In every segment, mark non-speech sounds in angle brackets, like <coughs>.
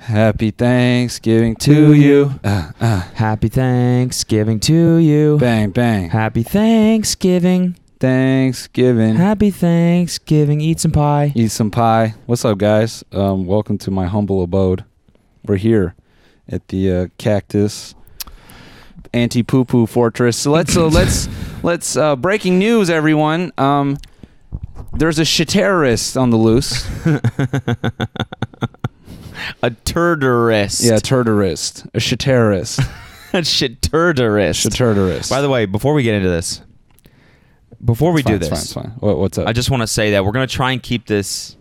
Happy Thanksgiving to you. Uh, uh, Happy Thanksgiving to you. bang, bang. Happy Thanksgiving. Thanksgiving. Happy Thanksgiving. Eat some pie. Eat some pie. What's up, guys? Um, welcome to my humble abode. We're here at the uh, Cactus Anti Poo Poo Fortress. So let's uh, <laughs> let's let's uh, breaking news, everyone. Um, there's a shit terrorist on the <laughs> loose. A turderist. <laughs> Yeah, turderist. A shit terrorist. a shit turderist. <laughs> Shit terrorist. By the way, before we get into this, before we It's fine, do it's this, fine, it's fine. What, what's up? I just want to say that we're gonna try and keep this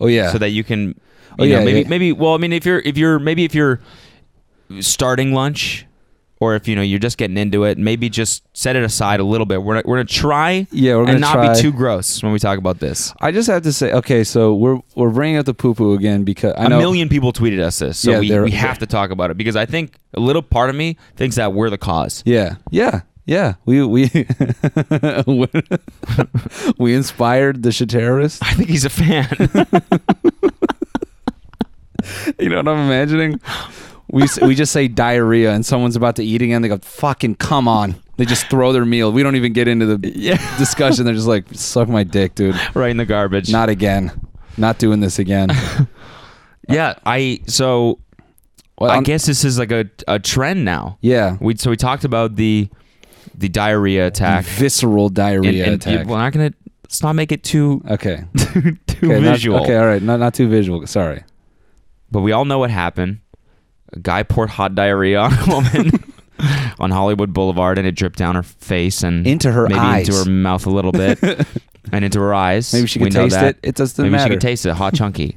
oh yeah. so that you can, you Oh, know, yeah, maybe yeah. maybe. Well, I mean, if you're if you're maybe if you're starting lunch, or if you know you're just getting into it, maybe just set it aside a little bit. We're we're gonna try yeah, we're gonna and not try. be too gross when we talk about this. I just have to say, okay, so we're we're bringing up the poo poo again because I A know million people tweeted us this, so Yeah, we, they're- we have to talk about it because I think a little part of me thinks that we're the cause. <laughs> Yeah, yeah, yeah. We <laughs> we we inspired the shit terrorist. I think he's a fan. <laughs> You know what I'm imagining? We s- we just say diarrhea and someone's about to eat again. They go, "Fucking come on!" They just throw their meal. We don't even get into the yeah, discussion. They're just like, "Suck my dick, dude. right in the garbage. Not again. Not doing this <laughs> again." yeah, I so Well, I I'm- guess this is like a, a trend now. Yeah. We so we talked about the the diarrhea attack. Visceral And- diarrhea and attack. We're not gonna let's not make it too okay. too, too Okay, not- visual. okay. All right. Not not too visual. Sorry. But we all know what happened. A guy poured hot diarrhea on a woman <laughs> on Hollywood Boulevard, and it dripped down her face and Into her maybe eyes. into her mouth a <laughs> little bit, and into her eyes. Maybe she We could know taste that. it. It doesn't Maybe matter. she could taste it. <laughs> Hot chunky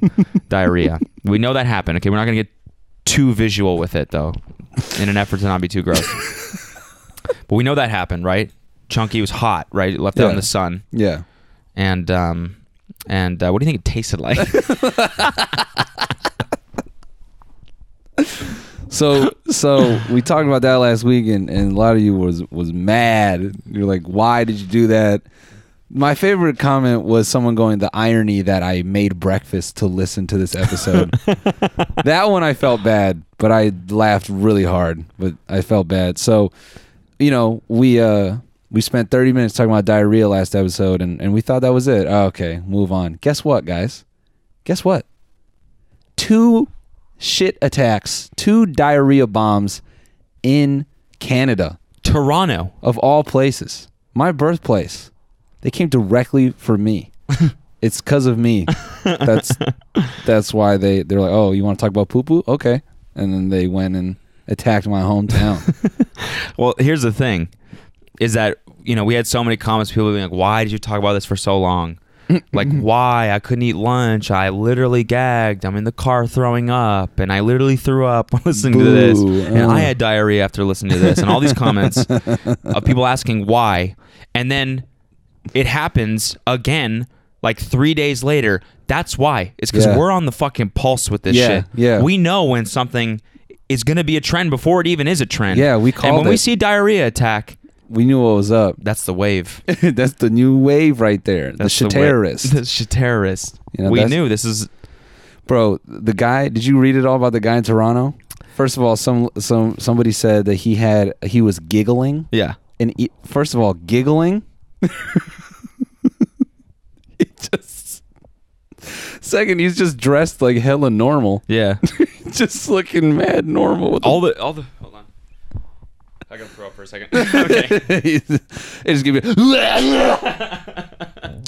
diarrhea. We know that happened. Okay, we're not gonna get too visual with it though, in an effort to not be too gross. <laughs> but we know that happened, right? Chunky was hot, right? It Left out Yeah. in the sun, yeah. and um, and uh, what do you think it <laughs> tasted like? <laughs> So so we talked about that last week, and, and a lot of you was was mad. You're like, why did you do that? My favorite comment was someone going, the irony that I made breakfast to listen to this <laughs> episode. that one I felt bad, but I laughed really hard. But I felt bad. So, you know, we uh we spent 30 minutes talking about diarrhea last episode, and and we thought that was it. Oh, okay, move on. Guess what, guys? Guess what? Two shit attacks, two diarrhea bombs in Canada, Toronto. of all places. My birthplace. They came directly for <laughs> me. it's because of me. That's that's why they they're like, oh, you want to talk about poo poo? Okay, and then they went and attacked my <laughs> hometown. Well, here's the thing is that, you know, we had so many comments, people being like, why did you talk about this for <clears throat> so long? like, why? I couldn't eat lunch. I literally gagged. I'm in the car throwing up, and I literally threw up <laughs> when listening to this. Boo. And I Oh. had diarrhea after listening to this, and all <laughs> these comments of people asking why. And then it happens again, like three days later. That's why. It's because Yeah. we're on the fucking pulse with this Yeah, shit. yeah. We know when something is going to be a trend before it even is a trend. Yeah, we And called when we it. see diarrhea attack, we knew what was up. <laughs> that's the wave. that's the new wave right there. the That's shit wave. <laughs> terrorist. The shit terrorist. You know, we that's- knew this is Bro, the guy. Did you read it all about the guy in Toronto? First of all, some some somebody said that he had he was giggling yeah. and e- first of all, giggling. <laughs> it just. Second, he's just dressed like hella normal, <laughs> Yeah. just looking mad normal. <laughs> With all the all the hold on. I gotta throw up for a second. <laughs> <laughs> okay. it's just gonna be.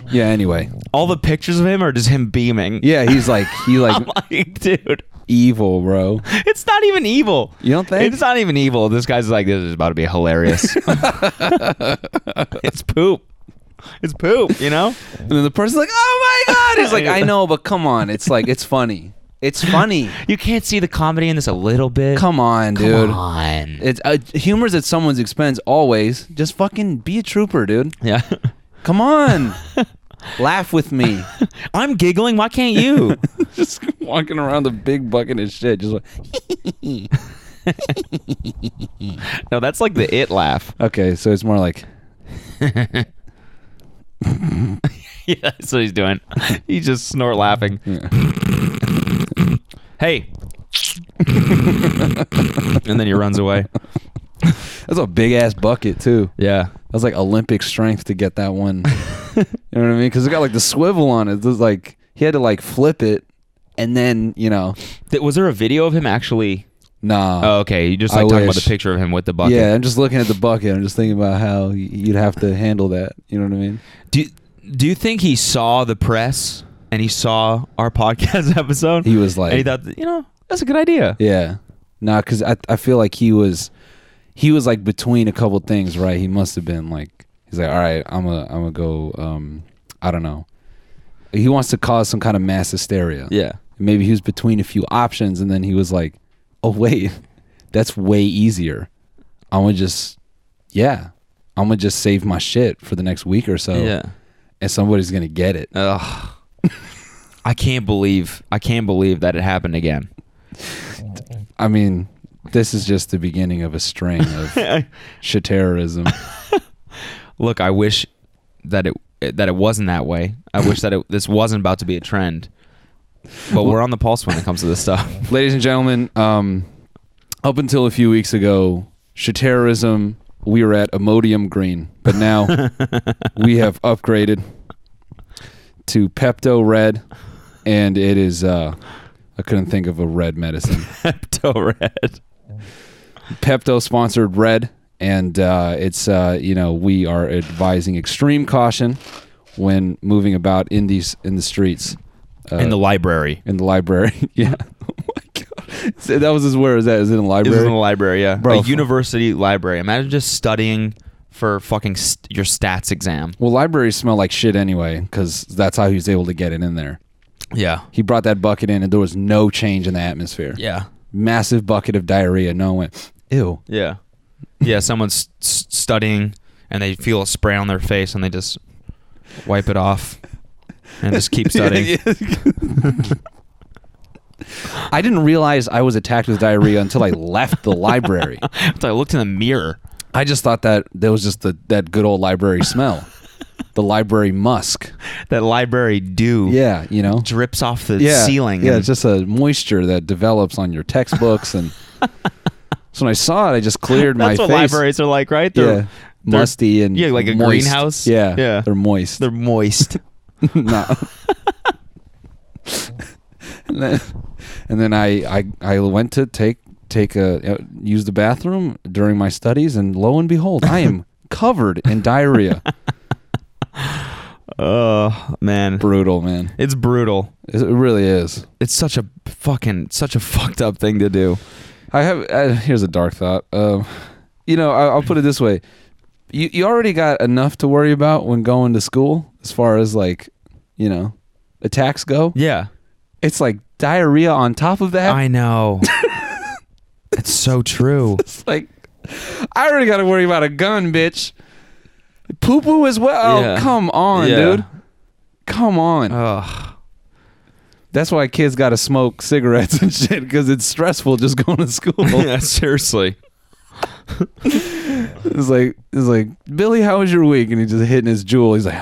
<laughs> yeah. Anyway, All the pictures of him are just him beaming. yeah, he's like he <laughs> like I'm like, dude, evil, bro. it's not even evil. You don't think? It's not even evil. This guy's like, this is about to <laughs> be hilarious. <laughs> it's poop. It's poop, you know? And then the person's like, "Oh my god!" He's like, <laughs> "I know, but come on, it's like it's funny. It's funny. You can't see the comedy in this a little bit. Come on, Come dude. on. It's uh, humor's at someone's expense always. Just fucking be a trooper, dude. yeah. <laughs> Come <laughs> on. Laugh with me. I'm giggling. Why can't you? <laughs> just walking around the big bucket of shit. Just like, <laughs> <laughs> no, that's like the it <laughs> laugh. okay, so it's more like, yeah, that's what he's doing. He's just snort laughing. hey, <laughs> and then he runs away. That's a big ass bucket too. Yeah. That's like Olympic strength to get that <laughs> one. you know what I mean? Because it got like the swivel on it. There's like he had to like flip it, and then you know, Th- was there a video of him actually? nah. Oh, okay. You just I like talking about wish. the picture of him with the bucket. Yeah, I'm just looking at the bucket. I'm just thinking about how y- you'd have to handle that. You know what I mean? Do Do you think he saw the press and he saw our <laughs> podcast episode? He was and he like, thought, you know, that's a good idea. yeah, nah, because I I feel like he was, he was like between a couple things, right? He must have been like, he's like, all right, I'm a I'm gonna go, um, I don't know. He wants to cause some kind of mass hysteria. Yeah. maybe he was between a few options and then he was like oh wait <laughs> that's way easier i'm gonna just yeah i'm gonna just save my shit for the next week or so Yeah. and somebody's gonna get it Ugh. I can't believe I can't believe that it happened again. i mean this is just the beginning of a string <laughs> of shit terrorism Look, I wish that it that it wasn't that way. I wish that it, this wasn't about to be a trend. But we're on the pulse when it comes to this stuff. <laughs> ladies and gentlemen um, up until a few weeks ago shit terrorism we were at Imodium Green, but now we have upgraded to Pepto Red, and it is. Uh, I couldn't think of a red medicine. Pepto Red. Pepto sponsored Red, and uh, it's uh, you know we are advising extreme caution when moving about in these in the streets. Uh, In the library. in the library, <laughs> yeah. Oh my god, So that was his where is that? Is it in the It was in the library? library, yeah. Bro, a fu- university library. Imagine just studying for fucking st- your stats exam. Well, libraries smell like shit anyway, because that's how he was able to get it in there. Yeah. He brought that bucket in, and there was no change in the atmosphere. Yeah. Massive bucket of diarrhea. No one went, ew. Yeah. Yeah, someone's s- studying and they feel a spray on their face and they just wipe it off and <laughs> just keep studying. I didn't realize I was attacked with diarrhea until I left the library. So I looked in the mirror. I just thought that there was just the, that good old library smell, the library musk. That library dew Yeah, you know, drips off the yeah, ceiling. Yeah, and- it's just a moisture that develops on your textbooks, <laughs> and so when I saw it, I just cleared that's my what face. libraries are like, right? yeah, They're, they're- musty and yeah, like a moist. greenhouse. Yeah, Yeah. they're moist. they're moist. <laughs> no. <laughs> and then, and then I, I I went to take take a uh, use the bathroom during my studies, and lo and behold, I <laughs> am covered in <laughs> diarrhea. oh man, Brutal, man. it's brutal. It really is. It's such a fucking such a fucked up thing to do. I have. Uh, here's a dark thought. Um, you know, I, I'll put it this way: you you already got enough to worry about when going to school, as far as like, you know, attacks go. Yeah, It's like diarrhea on top of that. I <laughs> know. it's so true. It's like, I already got to worry about a gun, bitch. Poo poo as well. Oh, Yeah. Come on, Yeah. Uh, dude. Come on. Ugh. <laughs> That's why kids got to smoke cigarettes <laughs> and shit because it's stressful just going to school. <laughs> yeah, seriously. it's like, it's like Billy, how was your week? And he just hitting his jewel. He's like,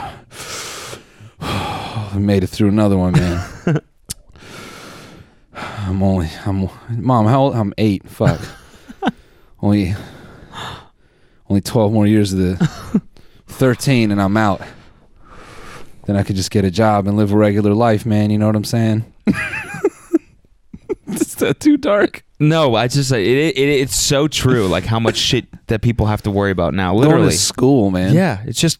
<sighs> I made it through another one, man. <sighs> I'm only, I'm, mom, how old? I'm eight. <laughs> Fuck. only, only 12 more years of the <laughs> 13 and I'm out. Then I could just get a job and live a regular life, man. You know what I'm saying? <laughs> Is that too dark? No, I just it, it it's so true. Like how much shit that people have to worry about now. Going Literally. to school, man. Yeah, it's just.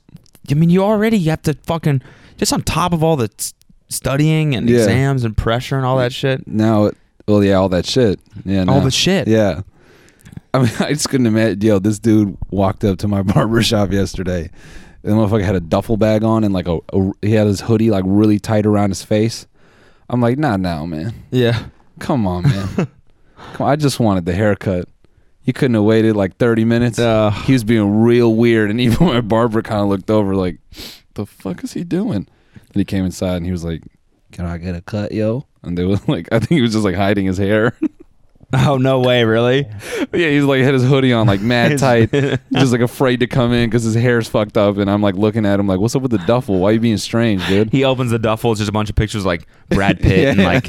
I mean, you already have to fucking just on top of all the s- studying and Yeah. exams and pressure and all that shit. Now, it- well, yeah, all that shit. Yeah, All now- the shit. Yeah. I mean, <laughs> I just couldn't imagine. Yo, this dude walked up to my <laughs> barber shop yesterday. The motherfucker had a duffel bag on and like a, a- he had his hoodie like really tight around his face. I'm like, nah, now, man. Yeah. Come on, man. Come on, I just wanted the haircut. You couldn't have waited like 30 minutes. Uh, <laughs> he was being real weird, and <laughs> even my barber kind of looked over like, the fuck is he doing? And he came inside and he was like, can I get a cut, yo? And they was <laughs> like, I think he was just like hiding his hair. oh no way, really? Yeah, he's like had his hoodie on like mad <laughs> His- tight, just like afraid to come in because his hair's fucked up. And I'm like looking at him like, "What's up with the duffel? Why you being strange, dude?" He opens the <laughs> duffel, it's just a bunch of pictures like Brad Pitt and like,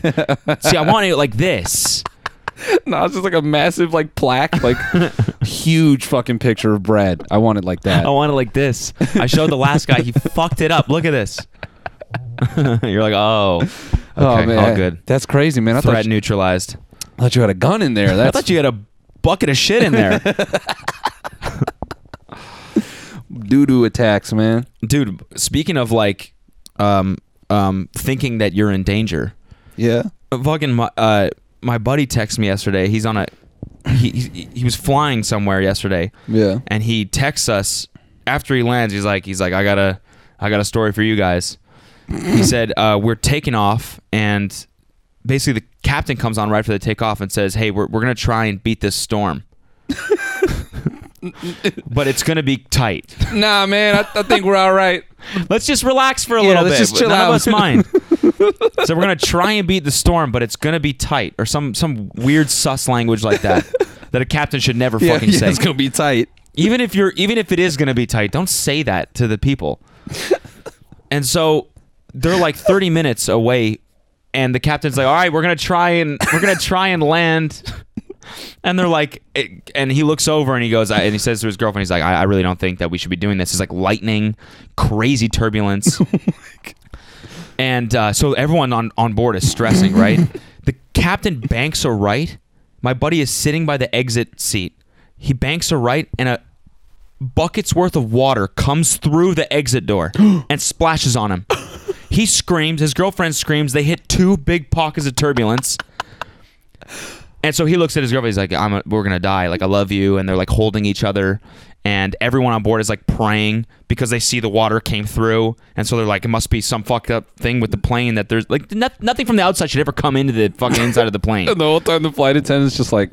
see, I want it like this. <laughs> no, it's just like a massive like plaque, <laughs> like huge fucking picture of Brad. I want it like that. I want it like this. I showed the last guy. He fucked it up. Look at this. <laughs> You're like, oh, okay, Oh, man, all good. That's crazy, man. I Threat thought you, neutralized. <laughs> I thought you had a gun in there. I That's thought you had a bucket of shit in there, <laughs> doo doo attacks, man. <laughs> dude. Speaking of like, um, um, thinking that you're in danger. Yeah. fucking my, uh, my buddy texted me yesterday. He's on a he, he he was flying somewhere yesterday, Yeah. and he texts us after he lands. He's like he's like I got a I got a story for you guys. <laughs> He said uh, we're taking off, and basically the captain comes on right after the takeoff and says, "Hey, we're we're gonna try and beat this <laughs> storm." but it's gonna be tight. Nah, man. I, I think we're all right. Let's just relax for a Yeah, little let's bit. just chill None out. of us mind. so we're gonna try and beat the storm, but it's gonna be tight, or some some weird sus language <laughs> like that that a captain should never <laughs> Yeah, fucking yeah, say. it's gonna be tight. even if you're, even if it is gonna be tight, don't say that to <laughs> the people. and so they're like 30 minutes away, and the captain's like, "All right, we're gonna try and we're gonna try and land." And they're like, it, and he looks over and he goes, I, and he says to his girlfriend, he's like, I, I really don't think that we should be doing this. It's like lightning, crazy turbulence. and uh, so everyone on, on board is stressing, right? the captain banks a right. My buddy is sitting by the exit seat. He banks a right, and a bucket's worth of water comes through the exit door and splashes on him. He screams, his girlfriend screams, they hit two big pockets of turbulence. And so he looks at his girlfriend. He's like, "I'm a, we're gonna die. Like I love you." And they're like holding each other, and everyone on board is like praying because they see the water came through, and so they're like, "It must be some fucked up thing with the plane that there's like no, nothing from the outside should ever come into the fucking inside of the plane." And the whole time the flight attendant's just like,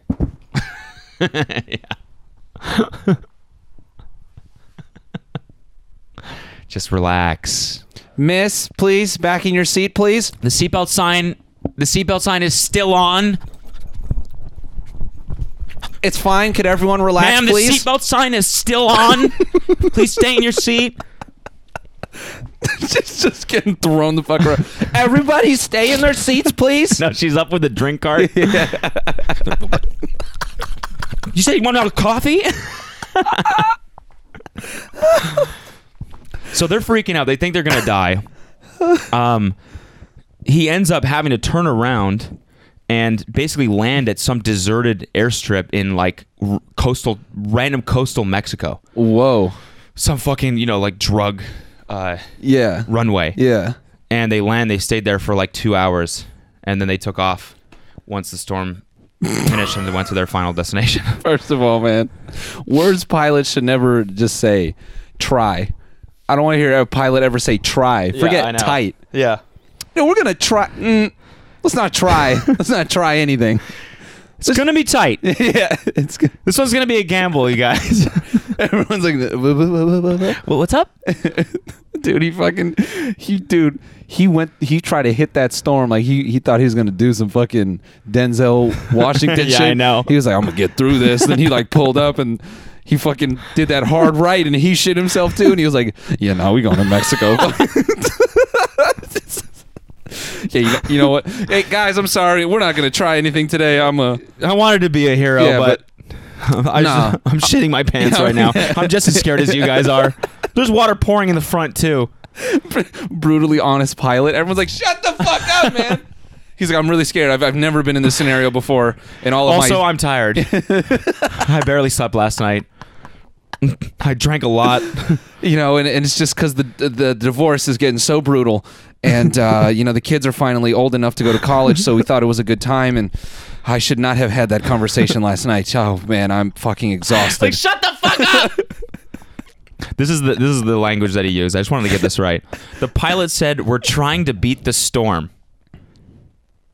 Just relax. Miss, please, back in your seat, please. The seatbelt sign, the seatbelt sign is still on, It's fine. Could everyone relax, ma'am. The please? <laughs> seatbelt sign is still on. Please stay in your seat. just, just getting thrown the fuck around. Everybody stay in their seats, please. No, she's up with a drink cart. you said you wanted out of coffee? <laughs> so they're freaking out. They think they're gonna die. Um, he ends up having to turn around and basically land at some deserted airstrip in like r- coastal, random coastal Mexico. <laughs> Whoa. Some fucking you know like drug uh, Yeah. runway Yeah. and they land. They stayed there for like two hours, and then they took off once the storm finished and they went to their final destination. <laughs> First of all, man, words pilots should never just say try. I don't want to hear a pilot ever say try. I Forget know. tight. yeah. No, we're gonna try. Mm, let's not try. <laughs> let's not try anything. It's gonna be tight. <laughs> yeah, it's good. <laughs> This one's gonna be a gamble, you <laughs> <laughs> guys. Everyone's like, "Buh, buh, buh, buh, <laughs> buh, well, what's up? buh." dude, he fucking, he, dude, he went, he tried to hit that storm like he, he thought he was gonna do some fucking <laughs> Denzel Washington Yeah, shit. I know. He was like, I'm gonna get through this. then he like pulled up and he fucking did that hard right and he shit himself too. And he was like, Yeah, no, we going to Mexico. <laughs> <laughs> yeah, you know, you know what? Hey guys, I'm sorry, we're not gonna try anything today. I'm a. I wanted to be a hero, Yeah, but, <laughs> I Nah. just, I'm shitting my pants <laughs> Yeah. right now. I'm just as scared as you guys are. <laughs> There's water pouring in the front too. brutally honest pilot. Everyone's like, "Shut the fuck up, man." <laughs> He's like, "I'm really scared. I've, I've never been in this scenario before." And all of Also, my I'm <laughs> tired. I barely slept last night. <laughs> I drank a lot. you know, and, and it's just because the, the the divorce is getting so brutal, and <laughs> uh, you know the kids are finally old enough to go to college, so we thought it was a good time, and I should not have had that <laughs> conversation last night. Oh man, I'm fucking exhausted. shut the fuck up. <laughs> this is the this is the language that he used. I just wanted to get this right. The pilot said, "We're trying to beat the storm."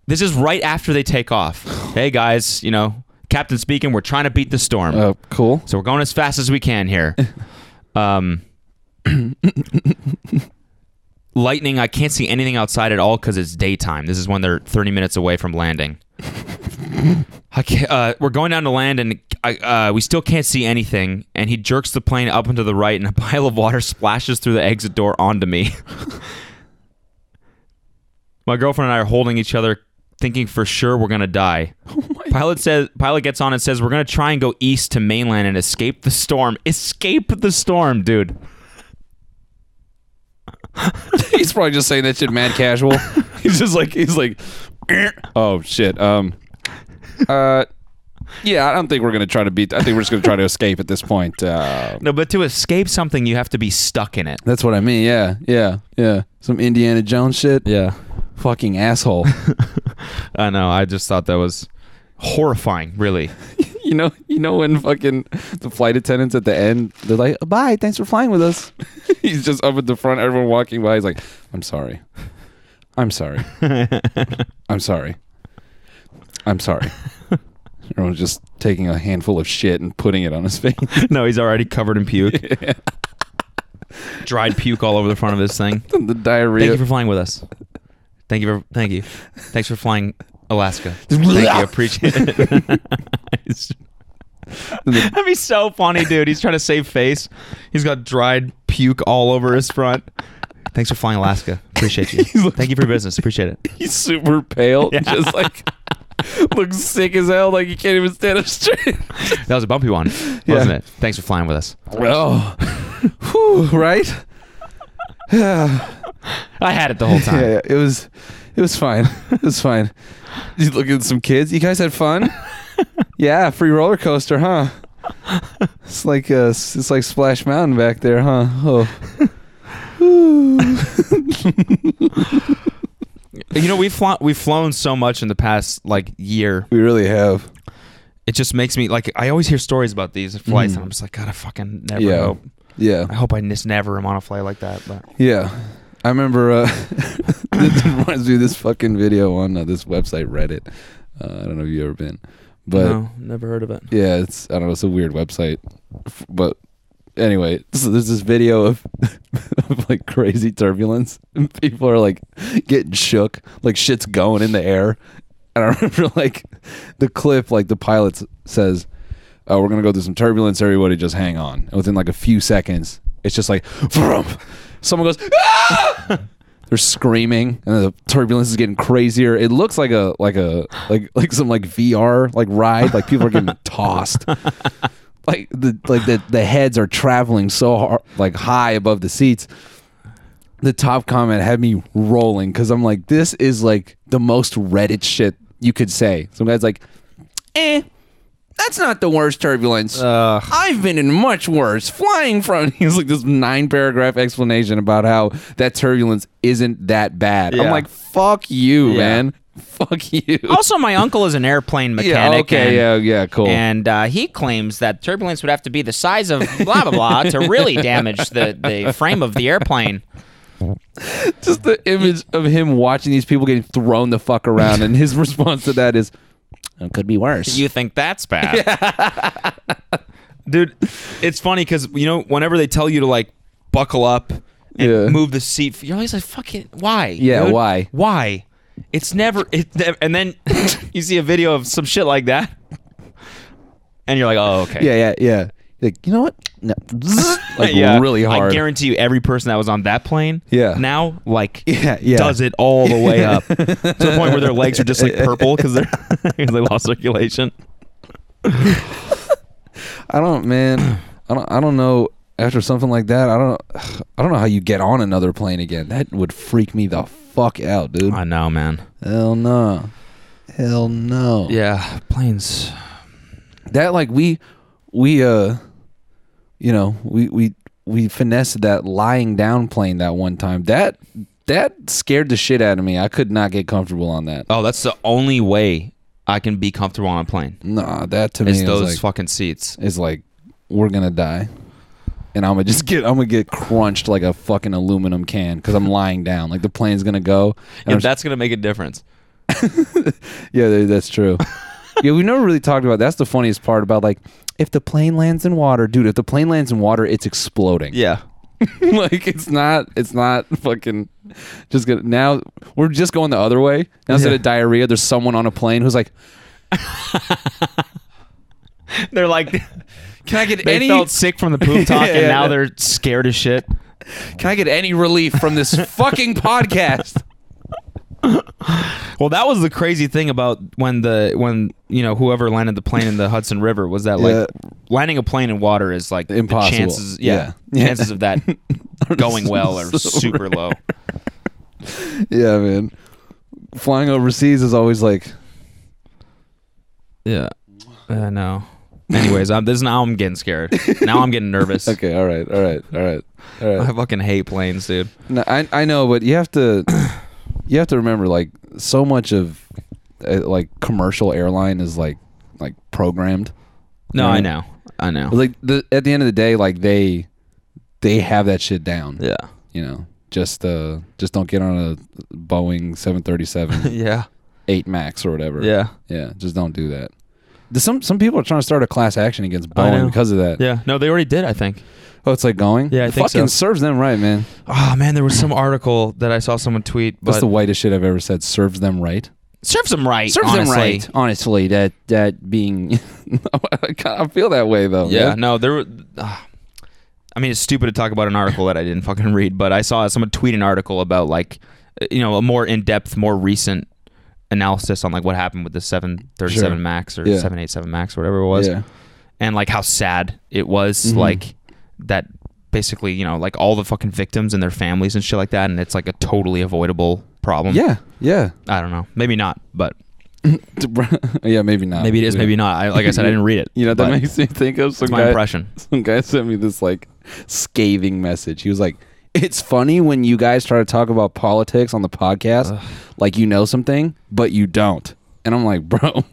This is right after they take off. Hey guys, you know, captain speaking. We're trying to beat the storm, uh, cool. <laughs> so we're going as fast as we can here. Um, <clears throat> lightning. I can't see anything outside at all because it's daytime. This is when they're 30 minutes away from landing. I can't, uh, we're going down to land and I, uh, we still can't see anything. And he jerks the plane up into the right, and a <laughs> pile of water splashes through the exit door onto me. <laughs> My girlfriend and I are holding each other, thinking for sure we're gonna die. Oh my Pilot says pilot gets on and says we're gonna try and go east to mainland and escape the storm. Escape the storm, dude. he's probably just saying that shit mad casual. <laughs> he's just like he's like, <clears throat> "Eh." oh shit. Um, <laughs> uh, yeah, I don't think we're gonna try to beat. I think we're just gonna try to escape at this point. Uh, No, but to escape something, you have to be stuck in it. that's what I mean. Yeah, yeah, yeah. Some Indiana Jones shit. Yeah, Fucking asshole. I know. I just thought that was horrifying. Really, <laughs> <laughs> you know, you know when fucking the flight attendants at the end, they're like, "Bye, thanks for flying with us." <laughs> he's just up at the front. Everyone walking by, he's like, "I'm sorry, I'm <laughs> sorry, I'm sorry, I'm sorry." Everyone's just taking a handful of shit and putting it on his <laughs> face. no, he's already covered in puke. Dried puke all over the front of his thing. the Thank diarrhea. you for flying with us. Thank you for thank you. Thanks for flying <laughs> Alaska. Thank you. Appreciate it. <laughs> That'd be so funny, dude. He's trying to save face. He's got dried puke all over his front. Thanks for flying Alaska. <laughs> Appreciate you. Thank you for your business. Appreciate it. he's super pale, just like <laughs> looks sick as hell. Like he can't even stand up straight. That was a bumpy one, wasn't Yeah. it? Thanks for flying with us. Well, Oh. <laughs> whew, <laughs> right? <sighs> I had it the whole <laughs> time. Yeah, yeah, it was, it was fine. <laughs> It was fine. You look at some kids. You guys had fun. <laughs> yeah, free roller coaster, huh? It's like uh, s- it's like Splash Mountain back there, huh? Oh, You know, we've flown we've flown so much in the past like year. we really have. It just makes me like I always hear stories about these flights, Mhm. and I'm just like, God, I fucking never Yeah. hope. Yeah, I hope I just never am on a flight like that. But yeah. I remember. Uh, <laughs> this reminds me of this fucking video on uh, this website Reddit. Uh, I don't know if you ever been, but no, never heard of it. Yeah, it's I don't know, it's a weird website, F- but anyway, so there's this video of, <laughs> of like crazy turbulence, and people are like getting shook, like shit's going in the air, and I <laughs> remember like the clip, like the pilot s- says, "Oh, we're gonna go through some turbulence. Everybody, just hang on." And within like a few seconds, it's just like, vroom, someone goes. "Ah!" They're screaming, and the turbulence is getting crazier. It looks like a like a like like some like VR like ride. Like people are getting tossed. Like the like the the heads are traveling so hard, like high above the seats the top comment had me rolling because I'm like, this is like the most Reddit shit you could say. Some guy's like, eh, that's not the worst turbulence. Ugh. I've been in much worse. Flying from <laughs> he's like this nine paragraph explanation about how that turbulence isn't that bad. I'm Yeah. like, fuck you, Yeah. man. Fuck you. Also, my uncle is an airplane mechanic. <laughs> yeah, okay, and, yeah, yeah, cool. And uh, he claims that turbulence would have to be the size of blah blah blah to <laughs> really damage the, the frame of the airplane. Just the image of him watching these people getting thrown the fuck around, and his <laughs> response to that is, it could be worse. You think that's <laughs> bad, dude? It's funny because you know whenever they tell you to like buckle up and Yeah. move the seat, you're always like, "Fucking why?" Yeah, dude? why? Why? It's never. It never. And then <laughs> you see a video of some shit like that, and you're like, "Oh, okay." <laughs> Yeah, yeah, yeah. Like, you know what? No. <laughs> like Yeah. really hard. I guarantee you, every person that was on that plane, Yeah. now like, <laughs> Yeah, yeah. does it all the <laughs> way up to the point where their legs are just like purple because they're <laughs> 'cause they lost circulation. I don't, <clears throat> man. I don't. I don't know. After something like that, I don't. <sighs> I don't know how you get on another plane again. That would freak me the fuck out, dude. I know, man. Hell no. Hell no. Yeah, planes. That like we we uh, you know we we we finessed that lying down plane that one time. That that scared the shit out of me. I could not get comfortable on that. Oh, that's the only way I can be comfortable on a plane. Nah, that to me It's is those like, fucking seats. is like we're gonna die and i'm gonna just get i'm gonna get crunched like a fucking aluminum can because i'm lying down like the plane's gonna go and Yeah, I'm just- that's gonna make a difference. yeah, that- that's <laughs> true yeah we never really talked about that's the funniest part about like if the plane lands in water dude if the plane lands in water it's exploding Yeah. <laughs> like it's not it's not fucking just gonna now we're just going the other way now instead Yeah. of diarrhea there's someone on a plane who's like They're like, can i get <laughs> <laughs> they any felt sick from <laughs> the poop talk, Yeah, and yeah, now yeah. they're scared as shit. <laughs> can i get any relief from this fucking podcast Well, that was the crazy thing about when the when you know whoever landed the plane in the Hudson River was that like landing a plane in water is like the Impossible. chances, yeah, Yeah. chances <laughs> of that going well are So super low. Yeah, man. Flying overseas is always like Yeah, Uh, I know. Anyways, I'm, this is now I'm getting scared. Now I'm getting <laughs> nervous. okay. All right. All right. All right. All I right. fucking hate planes, dude. No, I I know, but you have to <coughs> you have to remember like so much of uh, like commercial airline is like like programmed. No, I Right. know, I know. Like the at the end of the day, like they they have that shit down. yeah, You know, just uh just don't get on a Boeing <laughs> 737 <laughs> yeah, 8 Max or whatever. yeah, Yeah, just don't do that. There's Some some people are trying to start a class action against I know. Boeing because of that. yeah. No, they already did. I think. Oh, it's like going. Yeah, I it think fucking so. serves them right, man. Oh man, there was some article that I saw someone tweet, but That's the whitest shit I've ever said. Serves them right. serves them right. Serves honestly. them right. Honestly, that that being, <laughs> I kinda feel that way though. Yeah, man. no, there. were- ah. I mean, it's stupid to talk about an article that I didn't fucking read, but I saw someone tweet an article about like, uh, you know, a more in-depth, more recent analysis on like what happened with the 737 Sure. Max or Yeah. 787 Max, whatever it was, Yeah. and like how sad it was, Mhm. like that. Basically, you know, like all the fucking victims and their families and shit like that, and it's like a totally avoidable problem. Yeah. Yeah. <laughs> I don't know, maybe not, but yeah. Maybe not. maybe it is, Yeah. maybe not. I, like I said, I didn't <laughs> read it. You know what that but makes me think of some it's my guy. impression. Some guy sent me this like scathing message. He was like, "It's funny when you guys try to talk about politics on the podcast, like you know something, but you don't." And I'm like, <laughs> "Bro,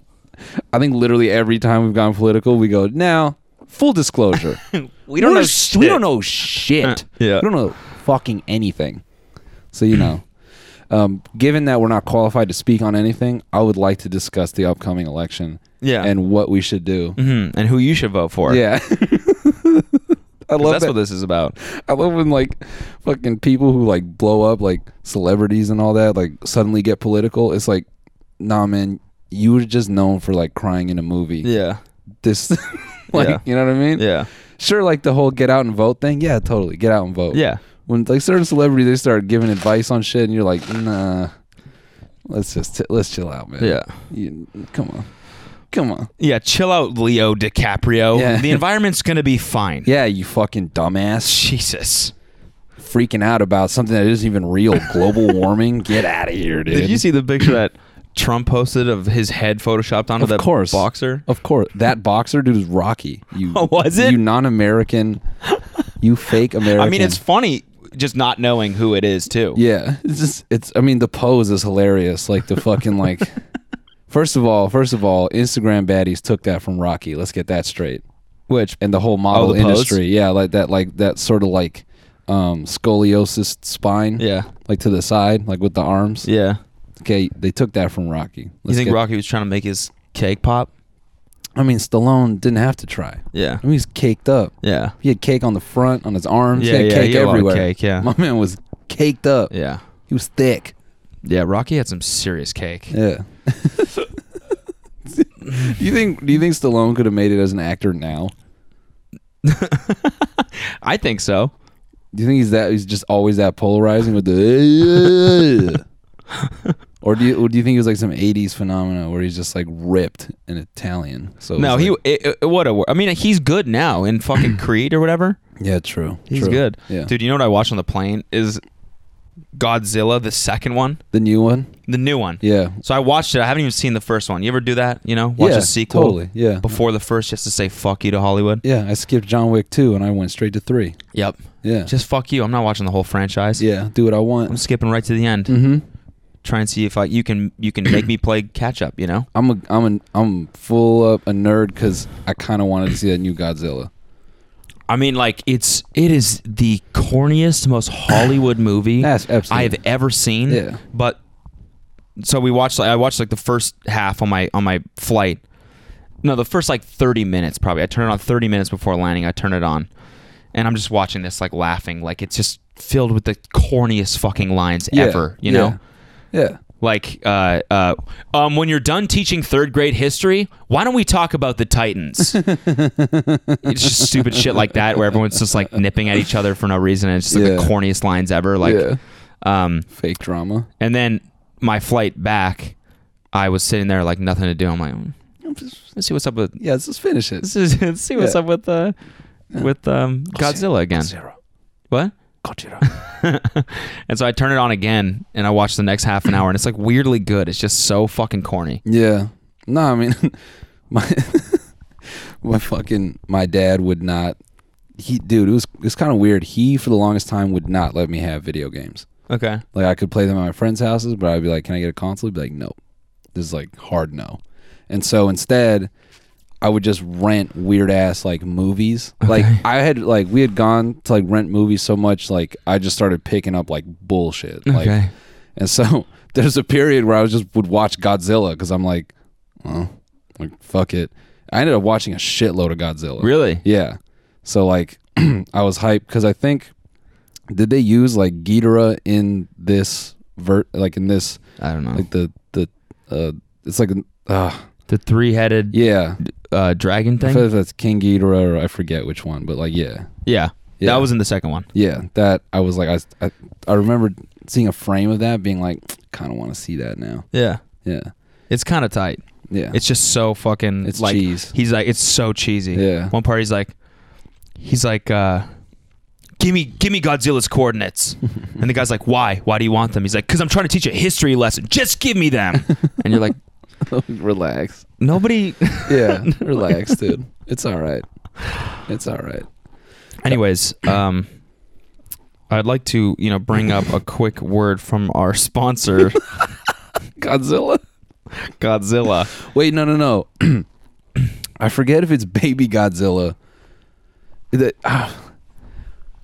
I think literally every time we've gone political, we go now." Full disclosure, <laughs> We don't We're know s- We shit." don't know shit. <laughs> Yeah. we don't know fucking anything. So you <clears throat> know. Um, given that we're not qualified to speak on anything, I would like to discuss the upcoming election Yeah, and what we should do. hmm and who you should vote <laughs> for. Yeah, I 'Cause love that's that. what this is about. I love when like fucking people who like blow up like celebrities and all that like suddenly get political. It's like, nah, man, you were just known for like crying in a movie. Yeah, This, <laughs> like, Yeah. you know what I mean? yeah, Sure, like the whole get out and vote thing. Yeah, totally. Get out and vote. yeah. When like certain celebrities, they start giving advice on shit, and you're like, nah, let's just let's chill out, man. Yeah. You- come on, come on. Yeah, chill out, Leo DiCaprio. Yeah. The environment's going to be fine. Yeah, you fucking dumbass. Jesus. freaking out about something that isn't even real. Global <laughs> warming. Get out of here, dude. Did you see the picture that Trump posted of his head photoshopped onto Of the course. boxer? Of course, that boxer dude is Rocky. You Oh, <laughs> was it? You non-American. You fake American. I mean, it's funny just not knowing who it is, too. yeah. It's just it's. I mean, the pose is hilarious. Like the fucking <laughs> like. First of all, first of all, Instagram baddies took that from Rocky. Let's get that straight. Which, And the whole model Oh, the pose? industry, yeah, like that, like that sort of like um, scoliosis spine, yeah, like to the side, like with the arms. yeah. Okay, they took that from Rocky. You Let's think get- Rocky was trying to make his cake pop? I mean, Stallone didn't have to try. Yeah, I mean, he's caked up. yeah, He had cake on the front, on his arms. Yeah, he had yeah, cake he had a lot of everywhere. cake, yeah. My man was caked up. yeah. He was thick. Yeah, Rocky had some serious cake. Yeah. <laughs> do you think do you think Stallone could have made it as an actor now? I think so. Do you think he's that he's just always that polarizing with the <laughs> Or do you or do you think he was like some eighties phenomena where he's just like ripped and Italian? So it No, was he like- it, it, what a wor- I mean, he's good now in <clears throat> fucking Creed or whatever. Yeah, true. He's true. good. Yeah. Dude, you know what I watched on the plane is Godzilla, the second one, The new one? the new one. Yeah. So I watched it. I haven't even seen the first one. You ever do that? You know, watch yeah, a sequel Totally. Yeah. before the first just to say fuck you to Hollywood. Yeah, I skipped John Wick 2 and I went straight to 3. Yep. Yeah. Just fuck you. I'm not watching the whole franchise. yeah, do what I I'm want. skipping right to the end. Mhm. Try and see if I you can you can make me play catch up. You know. I'm a I'm a I'm full up a nerd cuz I kind of wanted to see that new Godzilla. I mean, like it's it is the corniest, most Hollywood movie Yes, absolutely. I have ever seen. Yeah. But so we watched. Like, I watched like the first half on my on my flight. No, the first like thirty minutes probably. I turned it on thirty minutes before landing. I turn it on, and I'm just watching this like laughing. Like it's just filled with the corniest fucking lines Yeah, ever. You yeah, know. Yeah. Like, uh, uh, um, when you're done teaching third grade history, why don't we talk about <laughs> the Titans? it's just stupid shit like that where everyone's just like nipping at each other for no reason. And it's just like Yeah. the corniest lines ever. Like, yeah. um, Fake drama. and then my flight back, I was sitting there like nothing to do. I'm like, "Mm, let's see what's up with <laughs> Yeah, let's just finish it. let's, just- let's see what's Yeah. up with uh, Yeah. with um, Godzilla again. Godzilla. What? <laughs> Godzilla. And so I turn it on again and I watch the next half an hour and it's like weirdly good. It's just so fucking corny. yeah. No, I mean, <laughs> my my fucking my dad would not. He dude, it was it's kind of weird. He for the longest time would not let me have video games. Okay. Like I could play them at my friends' houses, but I'd be like, "Can I get a console?" He'd be like, "Nope." This is like hard no. And so instead, I would just rent weird ass like movies. Like I had like we had gone to like rent movies so much like I just started picking up like bullshit. Like okay. and so <laughs> there's a period where I was just would watch Godzilla because I'm like, oh, like fuck it. I ended up watching a shitload of Godzilla. Really? Yeah. So like <clears throat> I was hyped because I think did they use like Ghidorah in this vert like in this I don't know. like the the uh it's like an uh the three headed yeah uh, dragon I thing? feel like that's King Ghidorah or I forget which one but like yeah yeah. Yeah. That was in the second one. yeah that I was like I I, I remember seeing a frame of that being like <sniffs> kind of want to see that now Yeah. yeah It's kind of tight. yeah It's <laughs> just so fucking It's like cheese. he's like it's so cheesy. Yeah. One part he's like he's like uh Give me, give me Godzilla's <laughs> coordinates, and the guy's like, "Why? Why do you want them?" He's like, "Cause I'm trying to teach a history lesson. Just give me <laughs> them." And you're like, relax <laughs> "Nobody." yeah relax dude it's all right it's all right Anyways, um, I'd like to you know bring up a quick word from our <laughs> sponsor, Godzilla Godzilla. Wait, no, no, no. <clears throat> I forget if it's Baby Godzilla. The- ah.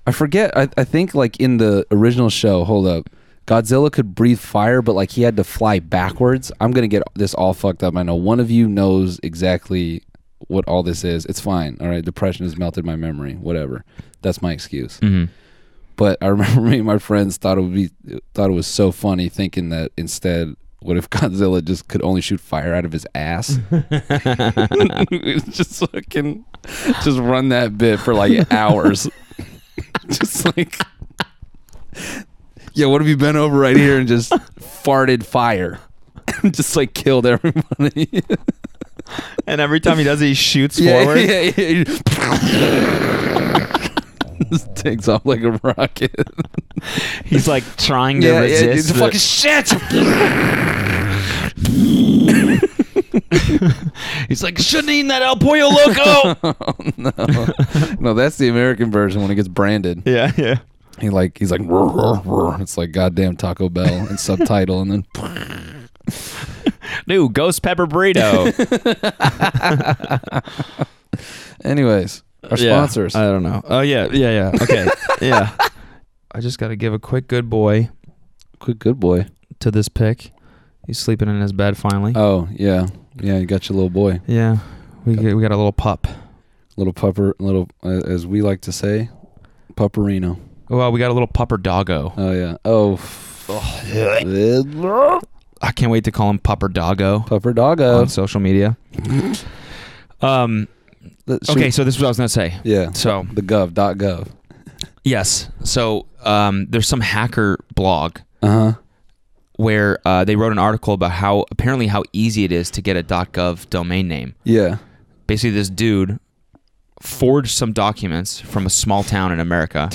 I forget. I, I think like in the original show. Hold up, Godzilla could breathe fire, but like he had to fly backwards. I'm gonna get this all fucked up. I know one of you knows exactly what all this is. It's fine. All right, depression has melted my memory. Whatever. That's my excuse. Mm-hmm. But I <laughs> remember me and my friends thought it would be thought it was so funny thinking that instead, what if <laughs> Godzilla just could only shoot fire out of his ass? <laughs> just fucking just run that bit for like hours. <laughs> just like Yeah, what if you bent over right here and just farted fire? <laughs> And just like killed everybody. And every time he does it, he <laughs> shoots forward. yeah, yeah. <laughs> just takes off like a rocket. He's like trying to resist. the- shit. <laughs> he's like, shouldn't have eaten that El Pollo Loco. no, that's the American version when it gets branded. <laughs> yeah, yeah. He like he's like "Roar, roar, roar." it's like goddamn Taco Bell and subtitle and then <laughs> New ghost pepper <laughs> burrito. anyways, our Yeah, sponsors. I don't know. Oh yeah, yeah, yeah. <laughs> Okay, yeah. I just got to give a quick good boy Good good boy. to this pick. He's sleeping in his bed finally. Oh, yeah. Yeah, you got your little boy. yeah, we got, we got a little pup. Little pupper little uh, as we like to say, pupperino. Well, we got a little pupper doggo. Oh yeah. Oh. f- I can't wait to call him Pupper Doggo Pupper doggo. on social media. <laughs> um. Should Okay, we- so this is what I was gonna say. Yeah. So The gov dot gov. yes, so um, there's some hacker blog Uh huh. where uh, they wrote an article about how apparently how easy it is to get a .gov domain name. Yeah. Basically, this dude forged some documents from a small town in <laughs> America,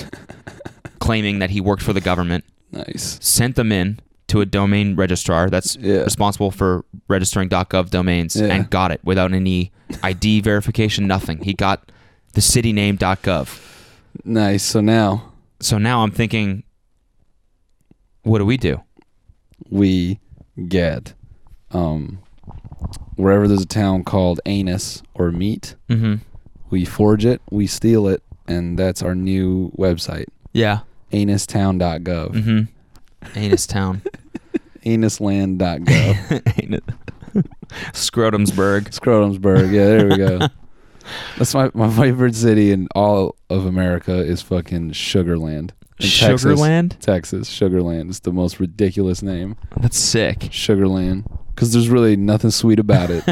claiming that he worked for the government, Nice. sent them in to a domain registrar that's Yeah. responsible for registering .gov domains Yeah. and got it without any ID verification, nothing. He got the city name .gov. Nice. So now So now I'm thinking, what do we do? we get um wherever there's a town called anus or meat Mm-hmm. we forge it we steal it and that's our new website Yeah. anustown.gov Mm-hmm. Anus town. anusland.gov <laughs> Scrotumsburg. scrotumsburg yeah there we go that's my, my favorite city in all of america is fucking sugarland In Sugarland? texas, texas sugarland is the most ridiculous name That's sick. sugarland because there's really nothing sweet about it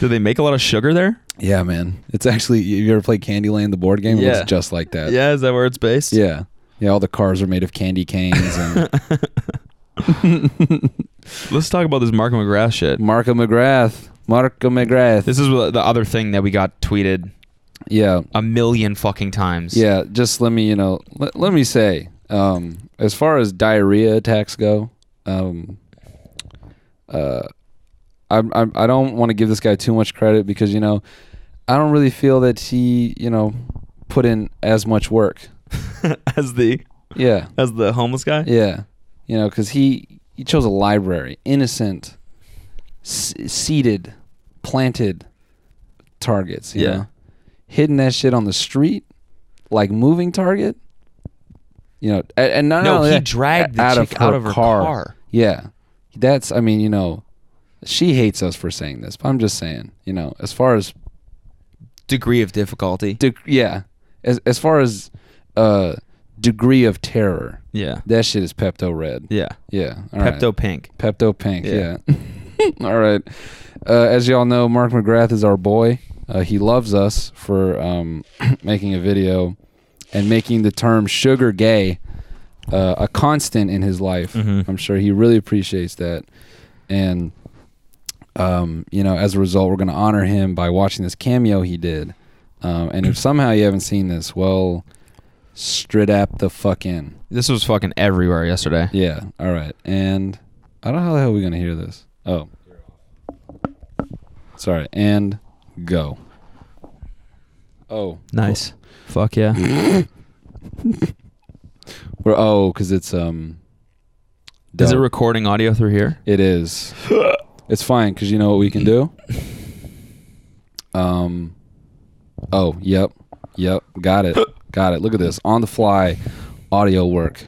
Do they make a lot of sugar there? Yeah, man. It's actually you ever play Candyland, the board game? It Yeah. looks just like that. is that where it's based? <laughs> Yeah. Yeah, all the cars are made of candy canes and Let's talk about this Mark McGrath shit. Marco McGrath. Marco McGrath. This is the other thing that we got tweeted Yeah. a million fucking times. Yeah. Just let me, you know, let, let me say, um, as far as diarrhea attacks go, um, uh, I, I, I don't want to give this guy too much credit because, you know, I don't really feel that he, you know, put in as much work. <laughs> as the Yeah. as the homeless guy. Yeah, you know, because he he chose a library, innocent, s- seated, planted targets. You Yeah. know? hitting that shit on the street, like moving target. You know, and, and not No, only he that, dragged the out chick of her out of her car. car. yeah, that's. I mean, you know, she hates us for saying this, but I'm just saying, you know, as far as Degree of difficulty. de- yeah, as as far as uh degree of terror, yeah. that shit is Pepto Red. Yeah. Yeah, all right. Pepto Pink. Pepto Pink. Yeah. Yeah. <laughs> All right. Uh, as y'all know, Mark McGrath is our boy. Uh, he loves us for um, <clears throat> making a video and making the term "sugar gay" uh, a constant in his life. Mhm. I'm sure he really appreciates that. And um, you know, as a result, we're going to honor him by watching this cameo he did. Um, and if somehow you haven't seen this, well, stridap the fuck in. This was fucking everywhere yesterday. Yeah. All right. And I don't know how the hell we're gonna hear this. Oh. Sorry. And go. Oh. Nice. Fuck yeah. We're oh, cause it's um. Is it dope. recording audio through here? it <laughs> is. it's fine, cause you know what we can do. Um. Oh. Yep. Yep. Got it. Got it. Look at this on the fly, audio work.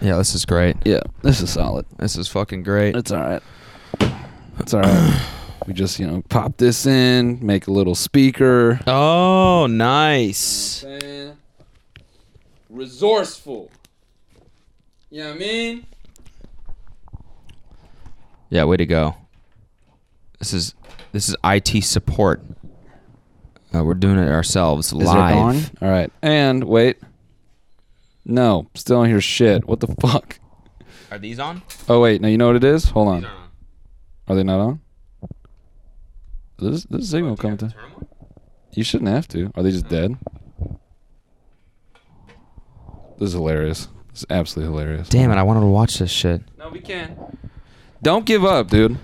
Yeah, this is great. Yeah. This is solid. This is fucking great. It's all right. It's all <clears throat> right. we just, you know, pop this in, make a little speaker. Oh, nice. Resourceful. You know what I mean? Yeah, way to go. This is this is IT support. Uh, we're doing it ourselves live. All right. And wait. No, still don't hear shit. What the fuck? Are these on? Oh wait, now you know what it is? Hold on. Are they not on? This this signal coming to. You shouldn't have to. Are they just dead? This is hilarious. This is absolutely hilarious. Damn it! I wanted to watch this shit. No, we can. Don't give up, dude.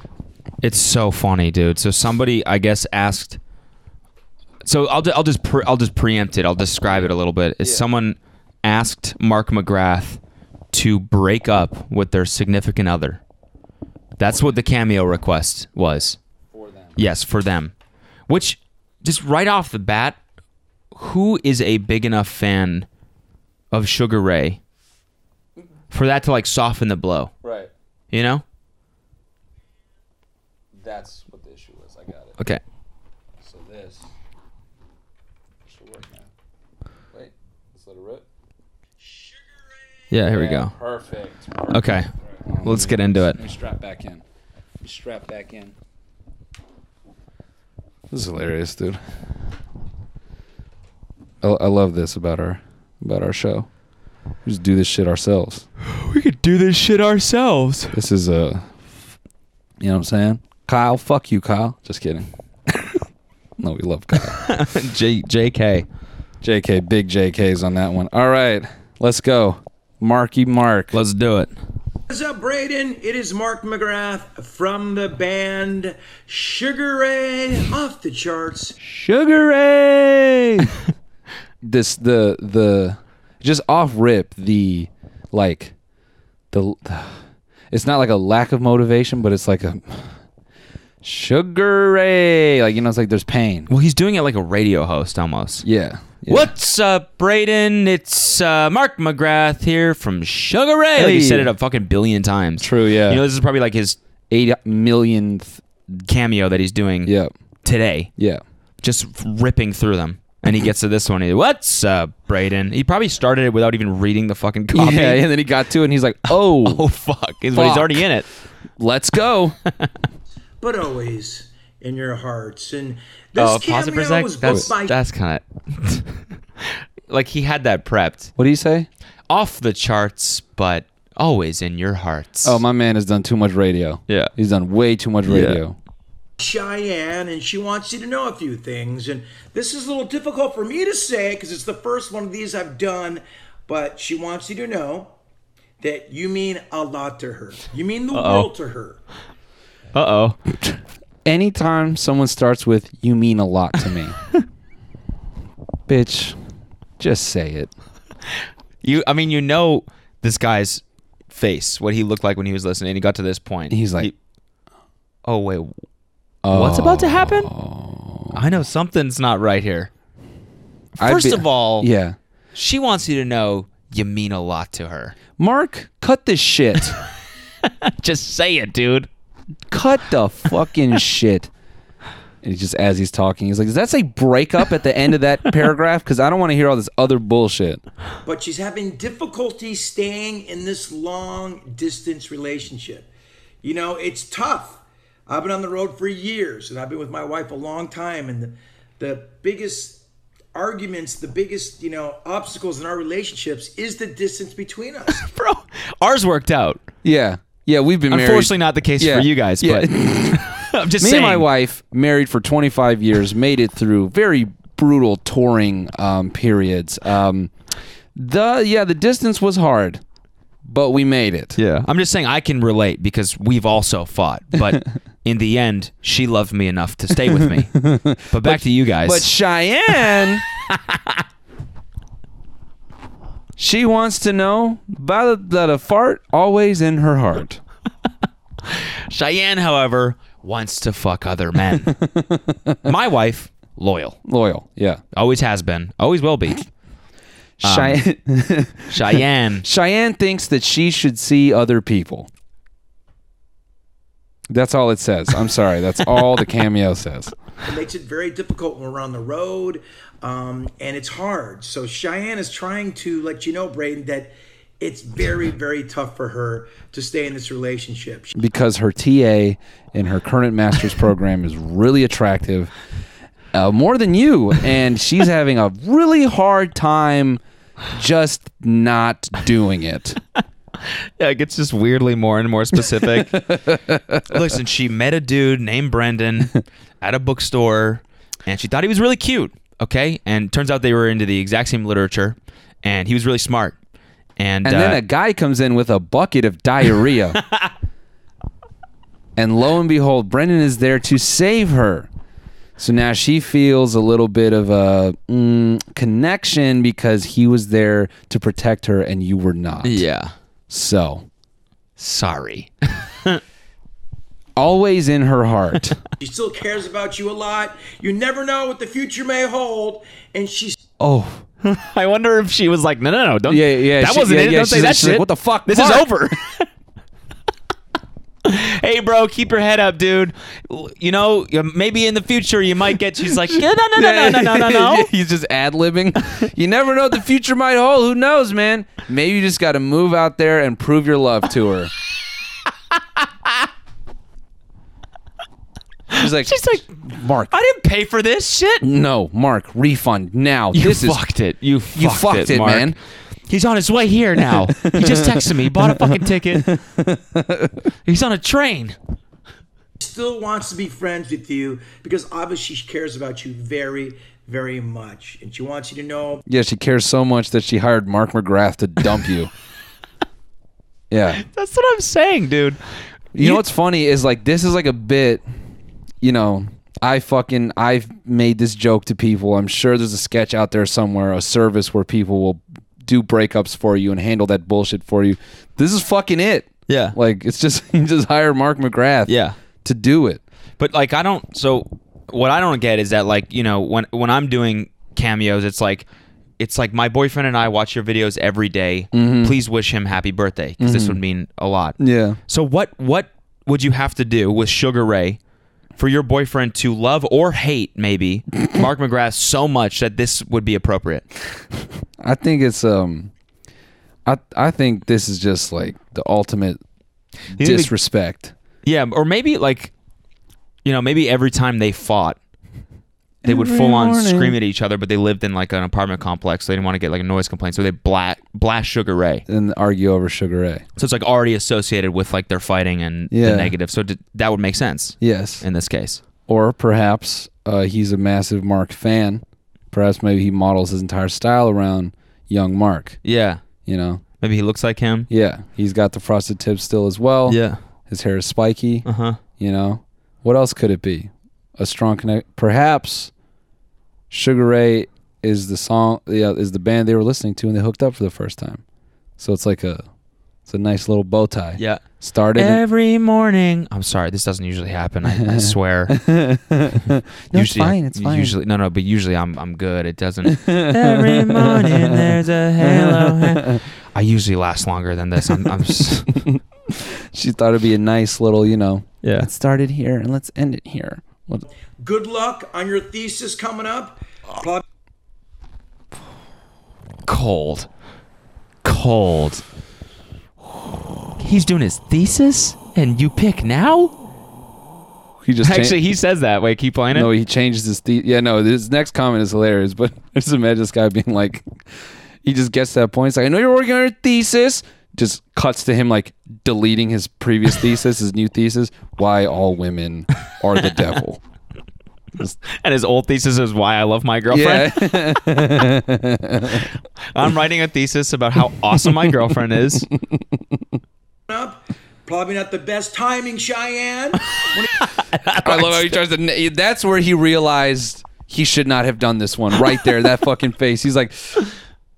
It's so funny, dude. So somebody, I guess, asked. So I'll, ju- I'll just pre- I'll just preempt it. I'll describe it a little bit. Is Yeah. someone asked Mark McGrath to break up with their significant other? That's what the cameo request was. For them. Yes, for them. Which, just right off the bat, who is a big enough fan of Sugar Ray for that to like soften the blow? Right. You know? That's what the issue was. I got it. Okay. So this should work now. Wait, let's let it rip. Yeah. Here we go. Perfect. Okay. Let's get into it. Let me strap back in. Let me strap back in. This is hilarious, dude. I, I love this about our about our show. We just do this shit ourselves. We could do this shit ourselves. This is a, you know what I'm saying? Kyle, fuck you, Kyle. Just kidding. <laughs> no, we love Kyle. <laughs> J- JK. JK, big JK's on that one. All right, let's go. Marky Mark. Let's do it. What's up, Braden? It is Mark McGrath from the band Sugar Ray off the charts. Sugar Ray. <laughs> this the the just off rip the like the it's not like a lack of motivation, but it's like a Sugar Ray. Like you know, it's like there's pain. Well, he's doing it like a radio host almost. Yeah. yeah. What's up, Braden? It's uh, Mark McGrath here from Sugar Ray. Like Hey. he said it a fucking billion times. True, yeah. You know, this is probably like his Eight millionth. cameo that he's doing Yeah. today, Yeah. just ripping through them. And he gets to this one. He, What's up, Braden? He probably started it without even reading the <laughs> fucking copy. Yeah, and then he got to it and he's like, <laughs> oh, Oh fuck! Is what he's Fuck. already in it. let's go. But always in your hearts. And this oh, pause it for a cameo sec. was booked That's by that's kind of <laughs> like he had that prepped. What do you say? off the charts, but always in your hearts. Oh, my man has done too much radio. Yeah. He's done way too much radio. Cheyenne, and she wants you to know a few things. And this is a little difficult for me to say because it's the first one of these I've done, but she wants you to know that you mean a lot to her. You mean the world to her. Uh oh. Anytime someone starts with, you mean a lot to <laughs> me. Bitch, just say it. You, I mean, you know this guy's face, what he looked like when he was listening. And he got to this point. He's like, He- oh wait, what's about to happen? I know something's not right here. Oh. I'd First be- of all, Yeah. she wants you to know you mean a lot to her. Mark, cut this <laughs> shit. Just say it, dude. <laughs> cut the fucking shit. And he's just as he's talking, he's like, "Does that say break up at the end of that paragraph? Because I don't want to hear all this other bullshit." but she's having difficulty staying in this long distance relationship. You know, it's tough. I've been on the road for years and I've been with my wife a long time and the, the biggest arguments, the biggest, you know, obstacles in our relationships is the distance between us. Bro, ours worked out. Yeah, yeah, we've been married. Unfortunately, not the case Yeah. for you guys, Yeah. <laughs> but I'm just me saying. and my wife married for 25 years, made it through very brutal touring um, periods. Um, the yeah, the distance was hard, but we made it. Yeah. I'm just saying I can relate because we've also fought, <laughs> but in the end, she loved me enough to stay with <laughs> me. But back to you guys. But Cheyenne, she wants to know about that a fart always in her heart. Cheyenne, however, wants to fuck other <laughs> men. my wife, loyal. Loyal, yeah. Always has been. Always will <laughs> be. Cheyenne, <laughs> Cheyenne. Cheyenne thinks that she should see other people. That's all it says. I'm sorry. That's all the cameo says. It makes it very difficult when we're on the road, um, and it's hard. So Cheyenne is trying to let you know, Braden, that it's very, very tough for her to stay in this relationship. She because her TA in her current master's program is really attractive, uh, more than you, and she's having a really hard time just not doing it. Yeah, it gets just weirdly more and <laughs> more specific. Listen, she met a dude <laughs> named Brendan at a bookstore, and she thought he was really cute. Okay, and turns out they were into the exact same literature, and he was really smart. And, And uh, then a guy comes in with a bucket of diarrhea. and lo and behold, Brendan is there to save her. So now she feels a little bit of a mm, connection because he was there to protect her and you were not. yeah, So, sorry. <laughs> always in her heart. She still cares about you a lot. You never know what the future may hold. And she's Oh, I wonder if she was like, no, no, no, don't. Yeah, yeah, That she- wasn't yeah, it. yeah, don't say she's- that she's like, shit. "What the fuck, This is Mark?" over. <laughs> hey, bro, keep your head up, dude. L- You know, you- maybe in the future you might get. She's like, yeah, no, no, no, no, no, <laughs> no, no, no. He's just ad libbing. You never know what the future might hold. Who knows, man? Maybe you just got to move out there and prove your love to her. She's like, She's like, Mark, I didn't pay for this shit. no, Mark, refund now. You this is fucked it. You fucked, you fucked it, Mark. man. He's on his way here now. he just texted me. He bought a fucking ticket. <laughs> He's on a train. still wants to be friends with you because obviously she cares about you very, very much. And she wants you to know Yeah, she cares so much that she hired Mark McGrath to dump <laughs> you. yeah. That's what I'm saying, dude. You know what's funny is like this is like a bit, you know, I fucking I've made this joke to people. I'm sure there's a sketch out there somewhere, a service where people will do breakups for you and handle that bullshit for you. This is fucking it. Yeah. Like it's just <laughs> you just hire Mark McGrath Yeah. to do it. But like I don't so what I don't get is that like, you know, when when I'm doing cameos, it's like it's like my boyfriend and I watch your videos every day. Please wish him happy birthday because this would mean a lot. Yeah. So what what would you have to do with Sugar Ray for your boyfriend to love or hate maybe <coughs> Mark McGrath so much that this would be appropriate? I think it's um I I think this is just like the ultimate You think- disrespect. Yeah, or maybe like you know, maybe every time they fought they would Every full on morning. scream at each other, but they lived in like an apartment complex. So they didn't want to get like a noise complaint. So they bla blast Sugar Ray. and argue over Sugar Ray. So it's like already associated with like their fighting and Yeah. the negative. So d- that would make sense Yes. in this case. or perhaps uh, he's a massive Mark fan. Perhaps maybe he models his entire style around young Mark. Yeah. You know, Maybe he looks like him. yeah, he's got the frosted tips still as well. Yeah. his hair is spiky. Uh huh. You know, what else could it be? A strong connect. Perhaps Sugar Ray is the song. Yeah, is the band they were listening to when they hooked up for the first time. So it's like a, it's a nice little bow tie. Yeah. started. in- Every morning. I'm sorry, this doesn't usually <laughs> happen. I, I swear. no, it's fine. It's fine. Usually, no, no, but usually I'm I'm good. <laughs> It doesn't. <laughs> Every morning there's a halo. I usually last longer than this. I'm. I'm <laughs> s- she thought it'd be a nice little, you know. Yeah. Let's start it here and let's end it here. What? Good luck on your thesis coming up. Probably cold, cold. He's doing his thesis, and you pick now. He just Actually, changed, he says that. Wait, keep playing it. no, he changed his. The- yeah, no, his next comment is hilarious. But <laughs> I just imagine this guy being like, he just gets to that point. It's like, I know you're working on your thesis. Just cuts to him like deleting his previous thesis, his new thesis. Why all women are the devil. <laughs> and his old thesis is why I love my girlfriend. <laughs> Yeah, <laughs> I'm writing a thesis about how awesome my girlfriend is. up. Probably not the best timing, Cheyenne. <laughs> I love how he tries to. na- That's where he realized he should not have done this one. Right there, that fucking face. He's like, <laughs>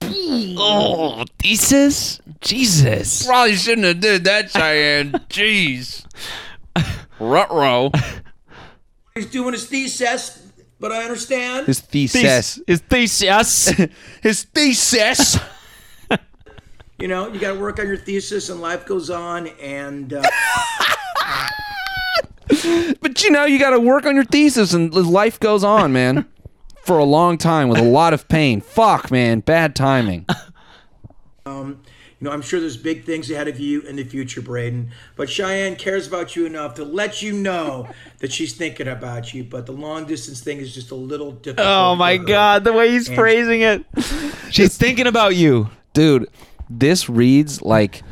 Oh, thesis? Jesus. probably shouldn't have did that, Cheyenne. Jeez. <laughs> Rutro. He's doing his thesis, but I understand. His thesis. Is thesis? His <laughs> thesis. You know, you got to work on your thesis, and life goes on. And uh, but you know, you got to work on your thesis, and life goes on, <laughs> man. For a long time with a lot of pain. Fuck, man. Bad timing. you know, I'm sure there's big things ahead of you in the future, Braden. But Cheyenne cares about you enough to let you know <laughs> that she's thinking about you. But the long distance thing is just a little difficult. Oh my for her. god, the way he's phrasing it. She's thinking about you. Dude, this reads like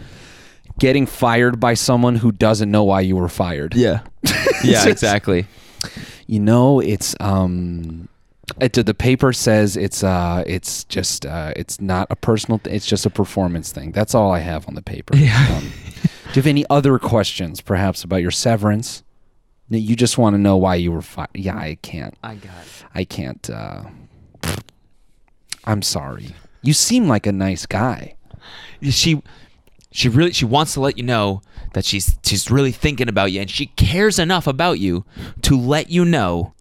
getting fired by someone who doesn't know why you were fired. <laughs> Yeah. Yeah, exactly. you know it's um it, the paper says it's uh it's just uh it's not a personal th- it's just a performance thing that's all i have on the paper um, do you have any other questions perhaps about your severance No, you just want to know why you were fired yeah i can't I got it. i can't uh i'm sorry you seem like a nice guy She she really she wants to let you know that she's she's really thinking about you and she cares enough about you to let you know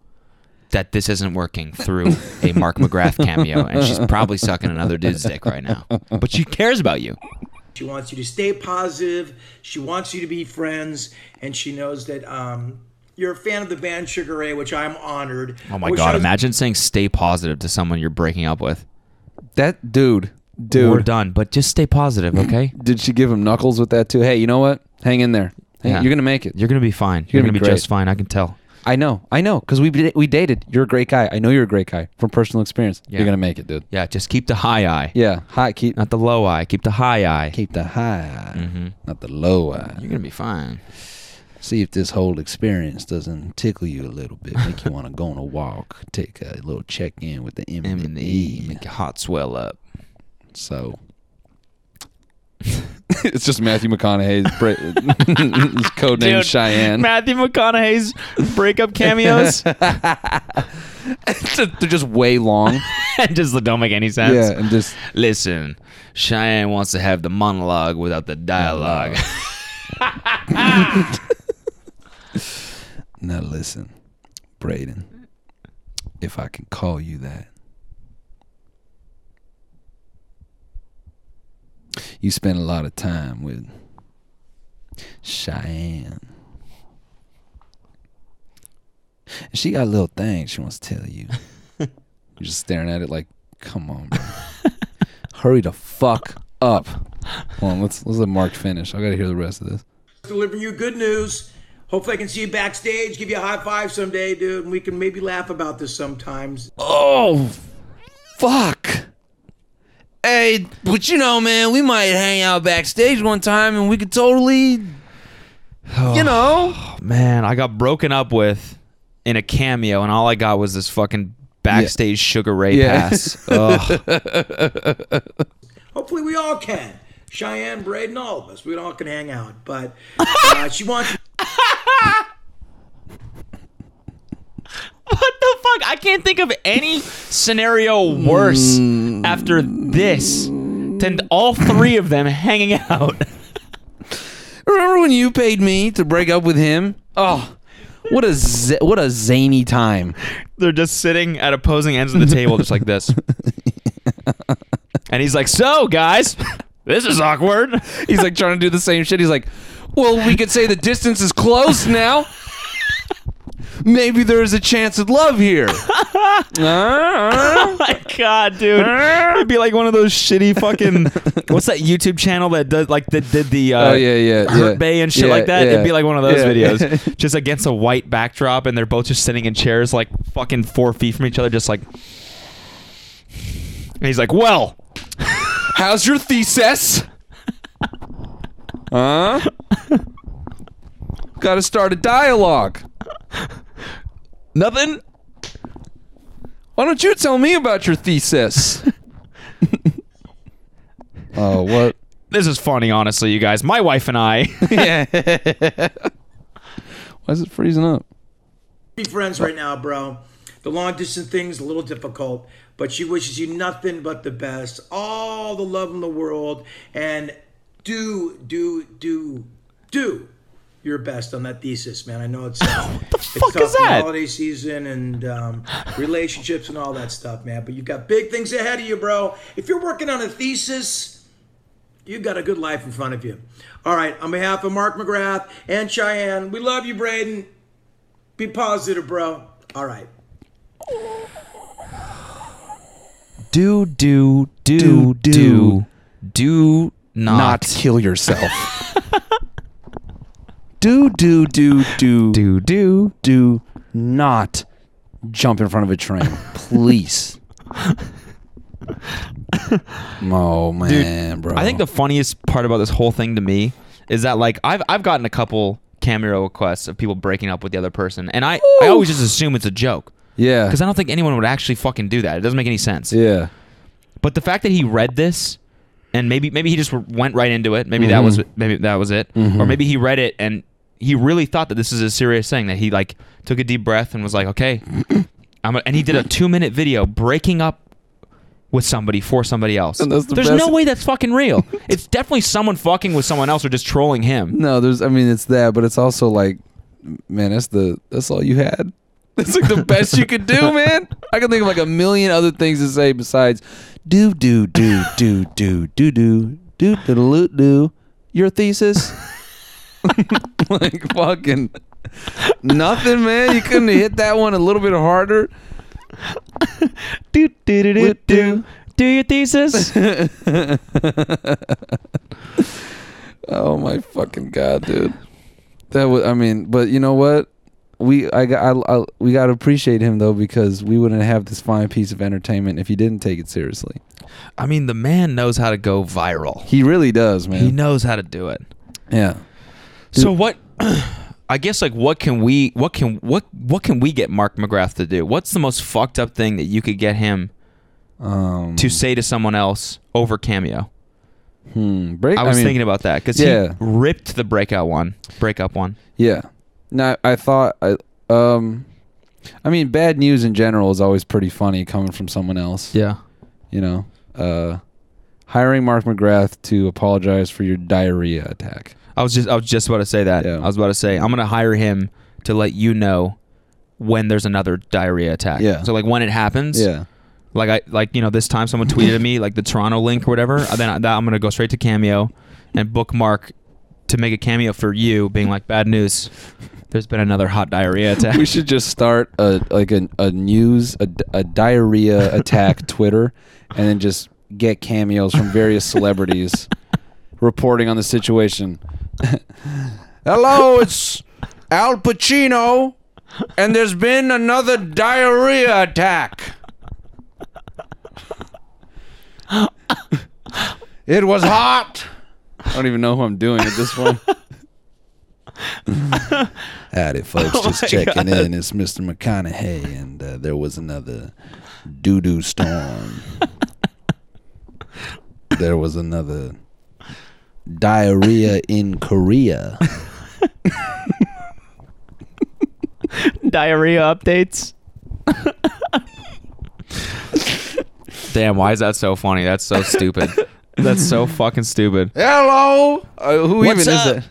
that this isn't working through a Mark McGrath cameo and she's probably sucking another dude's dick right now. But she cares about you. She wants you to stay positive. She wants you to be friends, and she knows that um, you're a fan of the band Sugar Ray, which I'm honored. Oh my Wish I god, was- imagine saying stay positive to someone you're breaking up with. that dude We're dude done, but just stay positive, okay? did she give him knuckles with that too hey you know what hang in there Hang- Yeah. you're gonna make it You're gonna be fine. You're gonna gonna, be be, great. just fine. I can tell. I know, I know, because we d- we dated. You're a great guy. I know you're a great guy from personal experience. You're Yeah. gonna make it, dude. Yeah, just keep the high eye, Yeah, high keep Mm-hmm. not the low eye. Keep the high eye. keep the high, eye, not the low eye. You're gonna be fine. See if this whole experience doesn't tickle you a little bit, make you want to go on a walk, take a little check in with the M M and the E, make your heart swell up. So. <laughs> it's just Matthew McConaughey's bra- <laughs> his code name is Cheyenne. <laughs> Matthew McConaughey's <laughs> breakup cameos They're just way long. and just don't make any sense. yeah, and just Listen, Cheyenne wants to have the monologue without the dialogue. Now listen, Braden, if I can call you that. You spend a lot of time with Cheyenne. And she got a little thing she wants to tell you. You're just staring at it like, come on, bro. Hurry the fuck up. Hold on, let's let's let Mark finish. I gotta hear the rest of this. delivering you good news. Hopefully, I can see you backstage, give you a high five someday, dude, and we can maybe laugh about this sometimes. Oh, fuck. Hey, but you know, man, we might hang out backstage one time and we could totally, Oh. you know. <laughs> Man, I got broken up with in a cameo, and all I got was this fucking backstage Sugar Ray Yeah. <laughs> pass. Ugh. Hopefully, we all can. Cheyenne, Braden, all of us, we all can hang out. But uh, she wants what the fuck? I can't think of any scenario worse after this than all three of them hanging out. Remember when you paid me to break up with him? Oh, what a z- what a zany time. They're just sitting at opposing ends of the table, just like this. and he's like, "So, guys, this is <laughs> awkward." He's like trying to do the same shit. He's like, well, we could say the distance is close now. Maybe there is a chance of love <laughs> here. oh my god, dude! It'd be like one of those shitty fucking <laughs> what's that YouTube channel that does like that did the uh, Oh, yeah, yeah, Hurt yeah. Bay and shit Yeah, like that. yeah, It'd be like one of those yeah. <laughs> videos, just against a white backdrop, and they're both just sitting in chairs like fucking four feet from each other, just like. And he's like, "Well, How's your thesis? Huh? Got to start a dialogue. nothing." Why don't you tell me about your thesis? oh, what? This is funny, honestly, you guys. My wife and I. <laughs> <laughs> Yeah. Why is it freezing up? to be friends right now, bro. The long distance thing's a little difficult, but she wishes you nothing but the best, all the love in the world, and do, do, do, do your best on that thesis, man. I know <laughs> it's uh, it's fuck tough is that? in holiday season and um, relationships and all that stuff, man. But you've got big things ahead of you, bro. If you're working on a thesis, You've got a good life in front of you. All right, on behalf of Mark McGrath and Cheyenne, we love you, Braden. Be positive, bro. All right. do do Do, do do. do do Not not, kill yourself. <laughs> do, do, do, do, do do do not jump in front of a train. <laughs> Please. oh, man, bro. I think the funniest part about this whole thing to me is that like I've I've gotten a couple cameo requests of people breaking up with the other person, and I I always just assume it's a joke Yeah. because I don't think anyone would actually fucking do that. It doesn't make any sense. yeah. But the fact that he read this. And maybe maybe he just went right into it. Maybe that was Mm-hmm. maybe that was it, or maybe he read it and he really thought that this is a serious thing. That he like took a deep breath and was like, "Okay," <clears throat> I'm a, and he did a two minute video breaking up with somebody for somebody else. And that's the There's best- no way that's fucking real. it's definitely someone fucking with someone else or just trolling him. No, there's. I mean, it's that, but it's also like, man, that's the that's all you had. <laughs> That's like the best you could do, man. I can think of like a million other things to say besides do do do do do do do do do do do your thesis. <laughs> like fucking nothing, man. You couldn't have hit that one a little bit harder. Do do do do, do. do <laughs> your thesis. <laughs> Oh my fucking god, dude. That was. I mean, but you know what? We I, got- I, I we gotta appreciate him though because we wouldn't have this fine piece of entertainment if he didn't take it seriously. I mean, the man knows how to go viral. He really does, man. He knows how to do it. yeah. So what? <clears throat> I guess like what can we what can what what can we get Mark McGrath to do? What's the most fucked up thing that you could get him Um. to say to someone else over cameo? hmm, break. I was mean, thinking about that because yeah. he ripped the breakout one, breakup one. Yeah. No, I thought I um. I mean, bad news in general is always pretty funny coming from someone else. Yeah. You know, uh, hiring Mark McGrath to apologize for your diarrhea attack. I was just I was just about to say that. Yeah. I was about to say I'm gonna hire him to let you know when there's another diarrhea attack. Yeah. So like when it happens. Yeah. Like I like you know this time someone tweeted at me like the Toronto link or whatever. and Then I, that, I'm gonna go straight to Cameo and bookmark to make a cameo for you, being like bad news. There's been another hot diarrhea attack. we should just start a like a, a news a, a diarrhea <laughs> attack Twitter, and then just get cameos from various <laughs> celebrities reporting on the situation. <laughs> Hello, it's Al Pacino, and there's been another diarrhea <laughs> attack. It was hot. I don't even know who I'm doing at this <laughs> point. <laughs> Howdy, folks. Just checking in. It's Mr. McConaughey, and uh, there was another doo doo <laughs> storm. there was another diarrhea in Korea. Diarrhea updates. <laughs> Damn, why is that so funny? That's so stupid. <laughs> That's so fucking stupid. Hello. Uh, who What's even up? is it?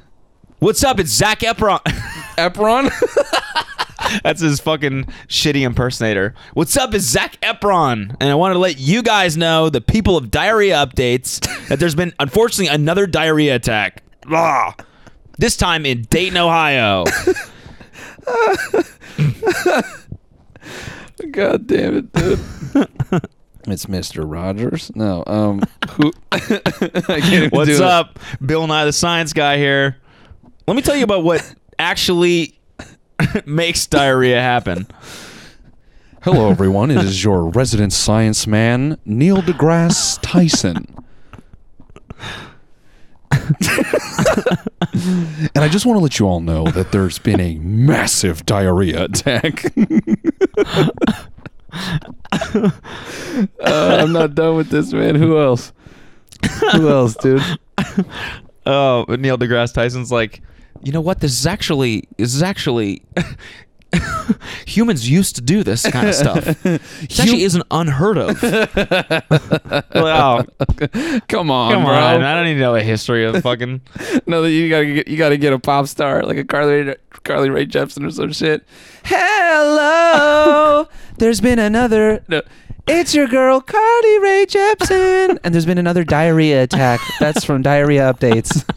What's up? It's Zach Efron. <laughs> <laughs> Epron? That's his fucking shitty impersonator. What's up? It's Zach Efron. And I wanted to let you guys know, the people of diarrhea updates, that there's been, unfortunately, another diarrhea attack. Ah, Blah. This time in Dayton, <laughs> Ohio. God damn it, dude. it's Mr. Rogers. No. Um. Who? <laughs> I can't even What's do it. up? Bill Nye the Science Guy here. Let me tell you about what actually <laughs> makes diarrhea happen. Hello, everyone. It is your resident science man, Neil deGrasse Tyson. and I just want to let you all know that there's been a massive diarrhea attack. <laughs> Uh, I'm not done with this, man. Who else? Who else, dude? Oh, but Neil deGrasse Tyson's like, you know what? This is actually this is actually <laughs> humans used to do this kind of stuff. <laughs> This actually isn't unheard of. <laughs> well, Come on, come bro. on! I don't even know the history of fucking. No, that you gotta get you gotta get a pop star like a Carly Carly Rae Jepsen or some shit. Hello, <laughs> there's been another. <laughs> No, it's your girl Carly Rae <laughs> Jepsen, and there's been another diarrhea attack. That's from diarrhea updates. <laughs>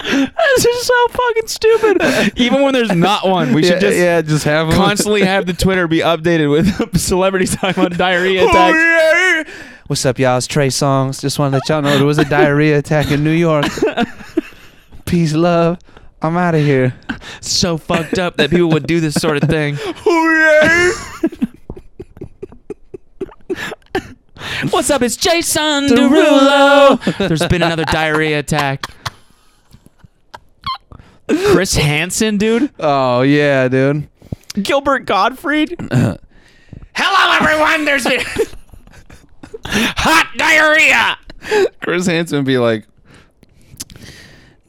this is so <laughs> fucking stupid. Even when there's not one, we should just just have constantly <laughs> have the Twitter be updated with <laughs> celebrities talking about diarrhea attacks. What's up, y'all? It's Trey Songs. Just want to let y'all know there was a diarrhea attack in New York. Peace, love. I'm out of here. so fucked up that people would do this sort of <laughs> thing. What's up? It's Jason Derulo. There's been another diarrhea attack. Chris Hansen, dude. Oh yeah, dude. Uh, Gilbert Gottfried. Hello, everyone. There's <laughs> been hot diarrhea. Chris Hansen would be like,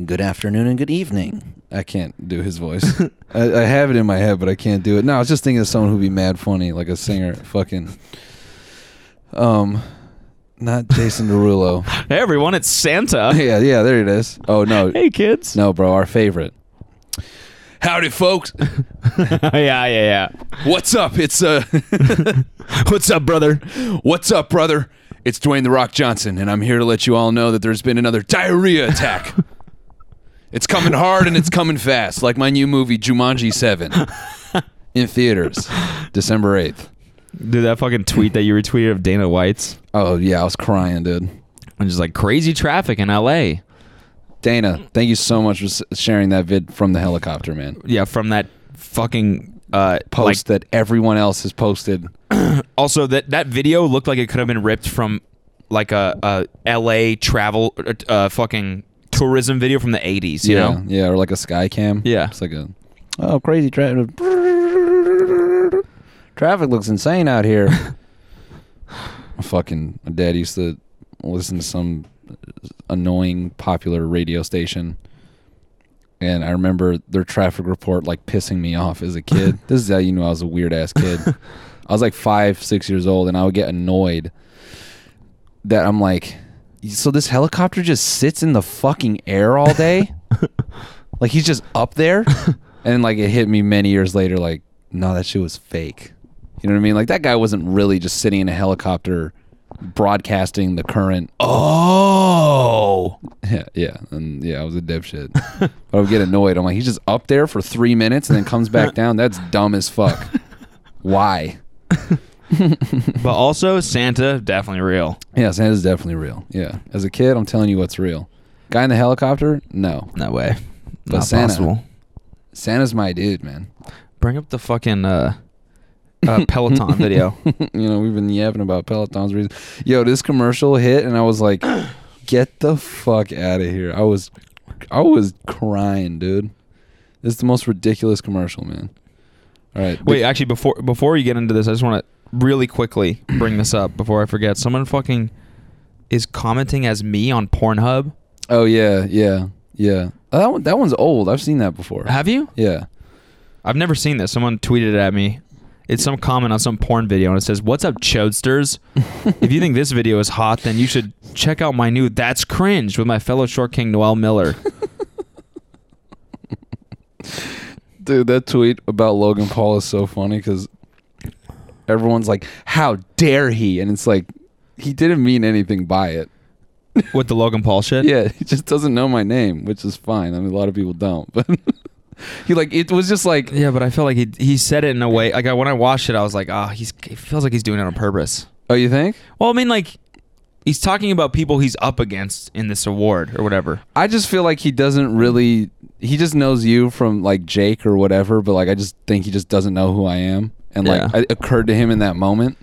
"Good afternoon and good evening." I can't do his voice. <laughs> I, I have it in my head, but I can't do it. No, I was just thinking of someone who'd be mad funny, like a singer. Fucking, um, not Jason Derulo. <laughs> Hey, everyone. It's Santa. yeah, yeah, there it is. Oh no, Hey, kids. no, bro, our favorite. Howdy, folks. <laughs> yeah, yeah, yeah. What's up? It's uh, <laughs> what's up, brother? What's up, brother? It's Dwayne the Rock Johnson, and I'm here to let you all know that there's been another diarrhea attack. <laughs> it's coming hard and it's coming fast, like my new movie Jumanji Seven, in theaters, December eighth. Dude, that fucking tweet that you retweeted of Dana White's. Oh yeah, I was crying, dude. I'm just like crazy traffic in LA. Dana, thank you so much for s- sharing that vid from the helicopter, man. Yeah, from that fucking uh like Post that everyone else has posted. also that that video looked like it could have been ripped from like a, a LA travel uh, uh, fucking tourism video from the 80s, you yeah, know. yeah, or like a sky cam. Yeah. it's like a oh crazy traffic. Traffic looks insane out here. <laughs> My Fucking my dad used to listen to some annoying popular radio station, and I remember their traffic report like pissing me off as a <laughs> kid. this is how you knew I was a weird ass kid. I was like five, six years old, and I would get annoyed that I'm like, so this helicopter just sits in the fucking air all <laughs> day? like he's just up there? and like it hit me many years later, like, no, that shit was fake. You know what I mean? Like that guy wasn't really just sitting in a helicopter broadcasting the current <laughs> Oh. yeah, yeah, and yeah, I was a dipshit. but I would get annoyed. I'm like, he's just up there for three minutes and then comes back down. That's dumb as fuck. Why? But also Santa definitely real. Yeah, Santa's definitely real. Yeah, as a kid, I'm telling you what's real. Guy in the helicopter? No. No way. But Not Santa. possible. Santa's my dude, man. Bring up the fucking uh, <laughs> uh, Peloton video. <laughs> you know, we've been yapping about Peloton's reason. Yo, this commercial hit, and I was like, "Get the fuck out of here!" I was, I was crying, dude. It's the most ridiculous commercial, man. All right, Wait, actually, before before you get into this, I just want to really quickly bring this up before I forget. Someone fucking is commenting as me on Pornhub. Oh yeah, yeah, yeah. Oh, that one, that one's old. I've seen that before. Have you? Yeah. I've never seen this. Someone tweeted it at me. It's some comment on some porn video, and it says, "What's up, <laughs> chodsters? if you think this video is hot, then you should check out my new That's Cringe with my fellow short king Noel Miller." Dude, that tweet about Logan Paul is so funny because everyone's like, "How dare he?" And it's like, he didn't mean anything by it. with the Logan Paul <laughs> <laughs> shit. Yeah, he just doesn't know my name, which is fine. I mean, a lot of people don't, <laughs> but he like it was just like Yeah, but I felt like he he said it in a way like I, when I watched it, I was like, ah, he's he feels like he's doing it on purpose. Oh, you think? Well, I mean, like he's talking about people he's up against in this award or whatever. I just feel like he doesn't really. He just knows you from like Jake or whatever, but like I just think he just doesn't know who I am, and like Yeah. it occurred to him in that moment.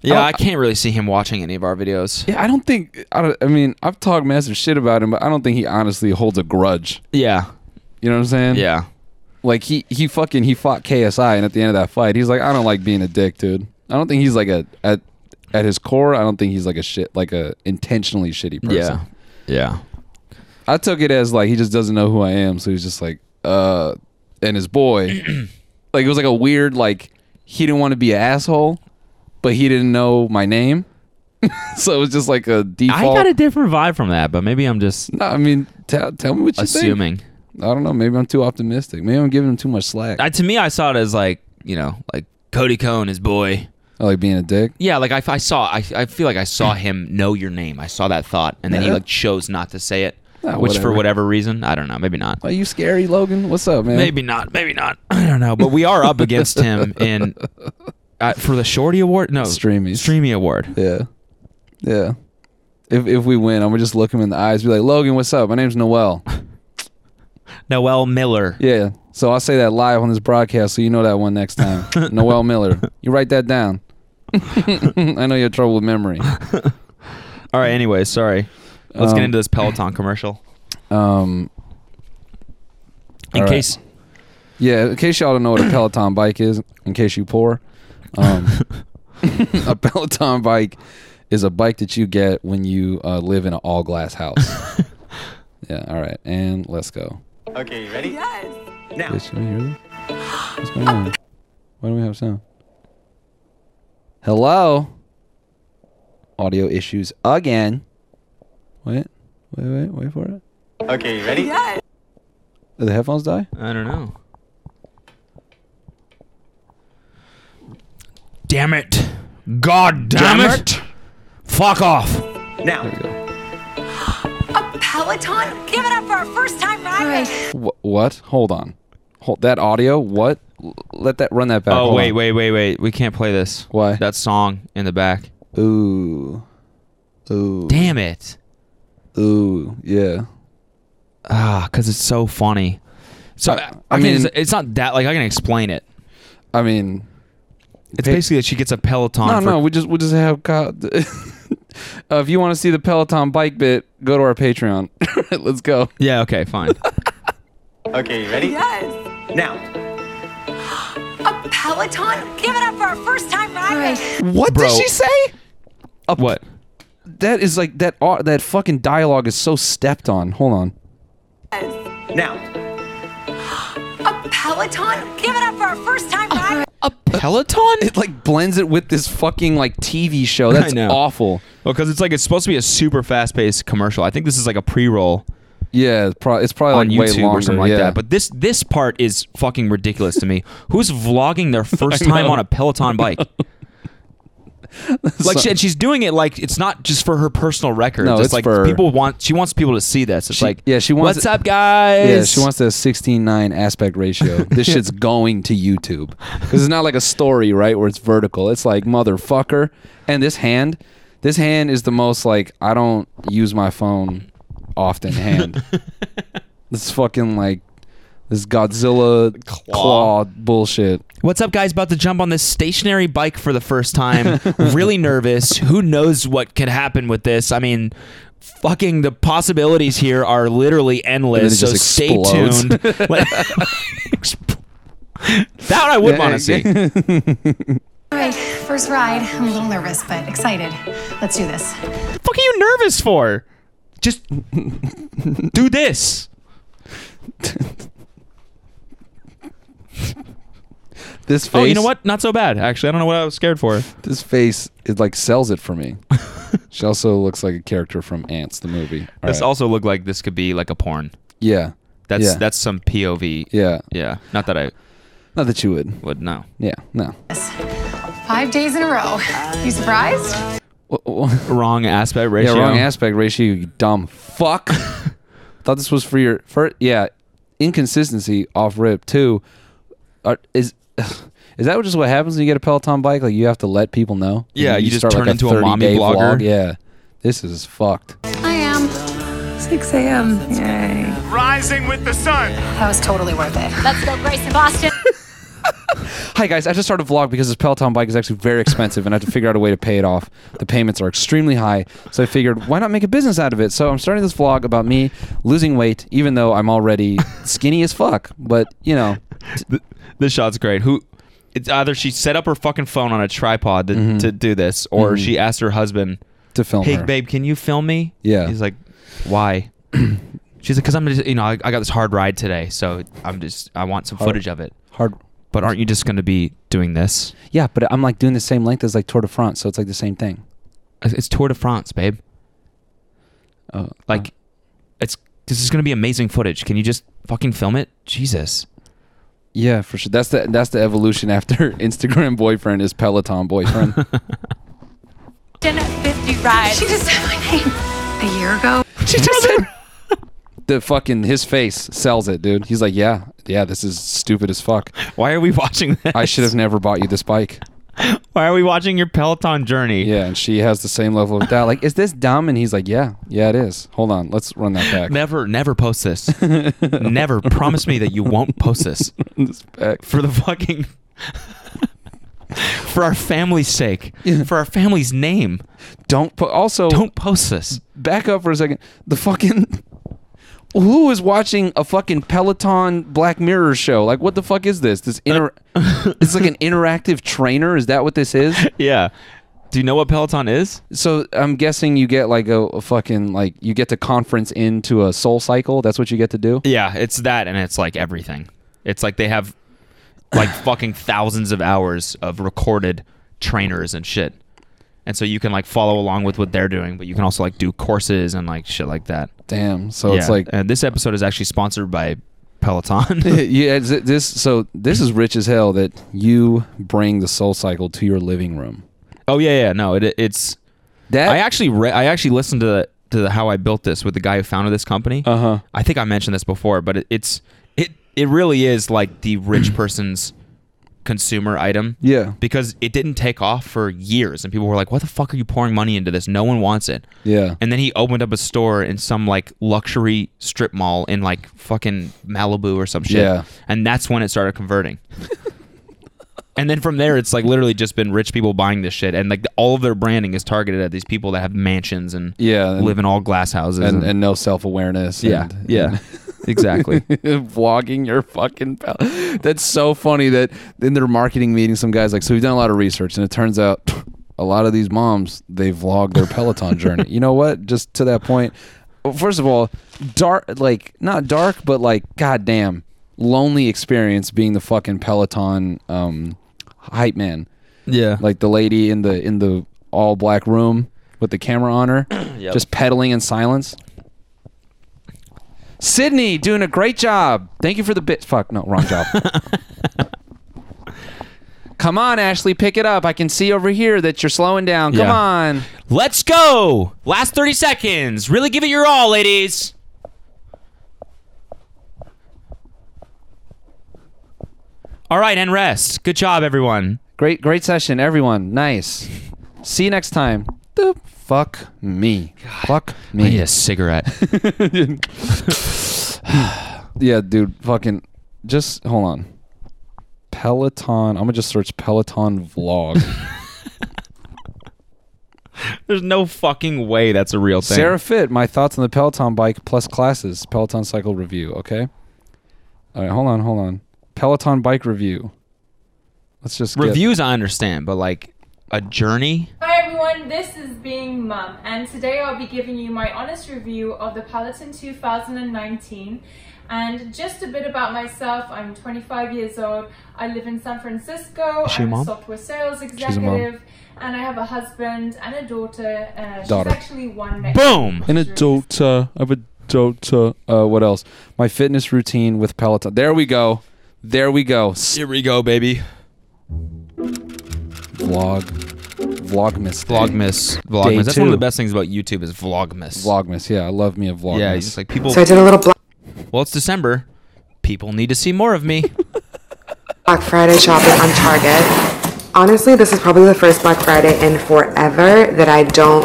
Yeah, Oh, I can't really see him watching any of our videos. Yeah, I don't think. I, don't, I mean, I've talked massive shit about him, but I don't think he honestly holds a grudge. Yeah, You know what I'm saying? yeah. Like he he fucking he fought KSI, and at the end of that fight, he's like, I don't like being a dick, dude. I don't think he's like a at at his core. I don't think he's like a shit like a intentionally shitty person. Yeah. Yeah. I took it as like he just doesn't know who I am, so he's just like, uh, and his <clears throat> boy, like it was like a weird like he didn't want to be an asshole, but he didn't know my name, <laughs> so it was just like a I default. got a different vibe from that, but maybe I'm just no, I mean, tell tell me what you assuming. think. I don't know. Maybe I'm too optimistic. Maybe I'm giving him too much slack. I, I, to me, I saw it as like, you know, like Cody Cohn, his boy. like being a dick. Yeah, like I, I saw, I, I feel like I saw him know your name. I saw that thought, and then he Yeah. like chose not to say it, Ah, which for whatever. whatever reason, I don't know, maybe not. Are you scary, Logan? What's up, man? Maybe not. Maybe not. <laughs> I don't know. But we are up against him in uh, for the Shorty Award. No, Streamies. Streamy Award. Yeah, yeah. If if we win, I'm gonna just look him in the eyes, be like, Logan, what's up? My name's <laughs> Noel. Noel Miller. Yeah. So I'll say that live on this broadcast so you know that one next <laughs> time. Noel Miller. You write that down. <laughs> I know you have trouble with memory. All right. Anyway, sorry. Let's Um, get into this Peloton commercial. Um, <laughs> all In right. <laughs> case yeah, in case y'all don't know what a Peloton bike is, in case you poor, um, <laughs> a Peloton bike is a bike that you get when you uh, live in an all glass <laughs> house. yeah, all right. And let's go. Okay, you ready? Yes. Now, Bitch, you hear that? What's going on? Why do we have sound? Hello? Audio issues again. Wait, wait, wait, wait for it. Okay, you ready? Yes. Did the headphones die? I don't know. Damn it! God damn, Damn it! Fuck off! now, Peloton? Give it up for our first time riders. Wh- what? Hold on. Hold that audio. What? L- Let that run that back. Oh Hold wait, on. wait, wait, wait! We can't play this. Why? That song in the back. Ooh. Ooh. Damn it! Ooh. Yeah. Ah, because it's so funny. So I, I mean, mean- it's, it's not that like I can explain it. I mean, It's Hey- basically that she gets a Peloton. no, for, no. We just we just have. Kyle- <laughs> uh, if you want to see the Peloton bike bit, go to our Patreon. <laughs> Let's go. Yeah. <laughs> Okay. Fine. Okay, you ready? Yes. now, Peloton? Give it up for our first time riders. What Bro. did she say? what? That is like that. au- that fucking dialogue is so stepped on. Hold on. now, Peloton? Give it up for our first time riders. Peloton? It like blends it with this fucking like TV <laughs> show. That's know. awful. Well, because it's like it's supposed to be a super fast-paced commercial. I think this is like a pre-roll Yeah, it's probably, it's probably on like way YouTube longer or something like yeah. that. But this this part is fucking ridiculous <laughs> to me. Who's vlogging their first time on a Peloton bike? <laughs> like she, and she's doing it like it's not just for her personal record. No, it's, it's like for- people want she wants people to see this. It's She- like yeah, she wants What's it- up, guys? yeah, she wants the 16:9 aspect <laughs> ratio. This shit's going to YouTube because it's not like a story, right? Where it's vertical. It's like motherfucker. And this hand, this hand is the most like I don't use my phone off in <laughs> hand. this fucking like this Godzilla claw, bullshit. What's up, guys? About to jump on this stationary bike for the first <laughs> time. really nervous. Who knows what could happen with this? I mean, fucking the possibilities here are literally endless. So And then it just stay explodes. <laughs> tuned. Like- <laughs> that I would want to see. All right, first ride. I'm a little nervous, but excited. Let's do this. fuck are you nervous for? Just do this. This face. Oh, you know what? Not so bad actually. I don't know what I was scared for. This face it like sells it for <laughs> me. she also looks like a character from Ants, the movie. All This right. also looked like this could be like a porn. yeah. That's yeah. that's some POV. yeah. Yeah. Not that I Not that you would. would know. Yeah. No. Five days in a row. You surprised? Wha- wha- Wrong aspect ratio. Yeah, wrong aspect ratio, you dumb <laughs> fuck. Thought this was for your for yeah, inconsistency off rip too. Are, is <sighs> is that just what happens when you get a Peloton bike? Like you have to let people know. Yeah, you just start, turn into a 30 mommy day vlog. blogger. Yeah, this is fucked. I am. 6 a.m. Yay. Rising with the sun. That was totally worth it. Let's go, Grace and Boston. Hi guys, I just started a vlog because this Peloton bike is actually very expensive, and I have to figure out a way to pay it off. The payments are extremely high, so I figured why not make a business out of it. So I'm starting this vlog about me losing weight, even though I'm <laughs> already skinny as fuck. But you know, Th- this shot's great. Who? It's either she set up her fucking phone on a tripod to, to do this, or she asked her husband, to film. "Hey, Mm-hmm. her. babe, can you film me?" Yeah. He's like, <clears throat> "Why?" She's like, "Cause I'm just, you know, I, I got this hard ride today, so I'm just, I want some footage of it." hard. But aren't you just gonna be doing this? Yeah, but I'm like doing the same length as like Tour de France, so it's like the same thing. It's Uh, it's Tour de France, babe. Oh, Like, uh. it's this is gonna be amazing footage. Can you just fucking film it? Jesus. yeah, for sure. That's the that's the evolution after <laughs> Instagram boyfriend is Peloton boyfriend. <laughs> 50 rides. She just said my name a year ago. she just said the fucking his face sells it, dude. He's like, yeah, yeah, this is stupid as fuck. <laughs> Why are we watching this? I should have never bought you this bike. Why are we watching your Peloton journey? Yeah, and she has the same level of doubt. Like, is this dumb? And he's like, yeah, yeah, it is. Hold on, let's run that back. Never, never post this. <laughs> never promise me that you won't post this This back. for the fucking <laughs> for our family's sake, for our family's name. Don't put. Also, Don't post this. back up for a second. The fucking <laughs> who is watching a fucking Peloton Black Mirror show? Like, what the fuck is this? This <laughs> inter- it's like an interactive trainer. Is that what this is? Yeah. Do you know what Peloton is? So I'm guessing you get like a, a fucking like you get to conference into a soul cycle. That's what you get to do. Yeah, it's that, and it's like everything. It's like they have <laughs> like fucking thousands of hours of recorded trainers and shit, and so you can like follow along with what they're doing, but you can also like do courses and like shit like that. Damn. So it's Yeah, like and this episode is actually sponsored by Peloton. <laughs> <laughs> yeah. is it- This so this is rich as hell that you bring the soul cycle to your living room. Oh yeah, yeah. No, it, it's. That I actually re- I actually listened to the, to the how I built this with the guy who founded this company. Uh Uh-huh. I think I mentioned this before, but it, it's it it really is like <clears throat> the rich person's consumer item. Yeah. Because it didn't take off for years, and people were like, "What the fuck are you pouring money into this? No one wants it." Yeah. And then he opened up a store in some like luxury strip mall in like fucking Malibu or some shit. Yeah. And that's when it started converting. <laughs> and then from there, it's like literally just been rich people buying this shit, and like all of their branding is targeted at these people that have mansions and Yeah, and- live in all glass houses and, and no self awareness. yeah, yeah, <laughs> exactly. vlogging your fucking pal. That's so funny that in their marketing meeting, some guys like, so we've done a lot of research, and it turns out a lot of these moms they vlog their Peloton journey. You know what? Just to that point, well, first of all, dark like not dark, but like goddamn lonely experience being the fucking Peloton um, hype man. yeah, Like the lady in the in the all black room with the camera on <clears throat> her, just pedaling in silence. Sydney doing a great job. Thank you for the bit. Fuck, no, wrong <laughs> job. Come on, Ashley, pick it up. I can see over here that you're slowing down. Come Yeah. on. let's go. Last thirty seconds. Really give it your all, ladies. All right, and rest. Good job, everyone. Great, great session, everyone. Nice. See you next time. The Fuck me. Fuck I need me. a cigarette. <laughs> Yeah, dude. Fucking. Just hold on. Peloton. I'm gonna just search Peloton <laughs> vlog. There's no fucking way that's a real thing. Sarah Fit. My thoughts on the Peloton bike plus classes. Peloton cycle review. Okay. All right. Hold on. Hold on. Peloton bike review. Let's just get- Reviews I understand, but like a <laughs> journey? Hi everyone, this is Being Mum, and today I'll be giving you my honest review of the Peloton 2019. And just a bit about myself, I'm 25 years old, I live in San Francisco, she a I'm mom? a software sales a mom. executive, and I have a husband and a daughter. Uh, she's Daughter. actually one next Boom! An adult. Uh, I'm an adult. Uh, uh, what else? My fitness routine with Peloton. There we go. There we go. S- Here we go, baby. Vlog. Vlogmas. day. Vlogmas. Vlogmas. that's one two. of the best things about YouTube is Vlogmas. Vlogmas. Yeah, I love me a vlogmas. Yeah, it's just like people. So I did a little Black- well, it's December. People need to see more <laughs> of me. Black Friday shopping on Target. Honestly, this is probably the first Black Friday in forever that I don't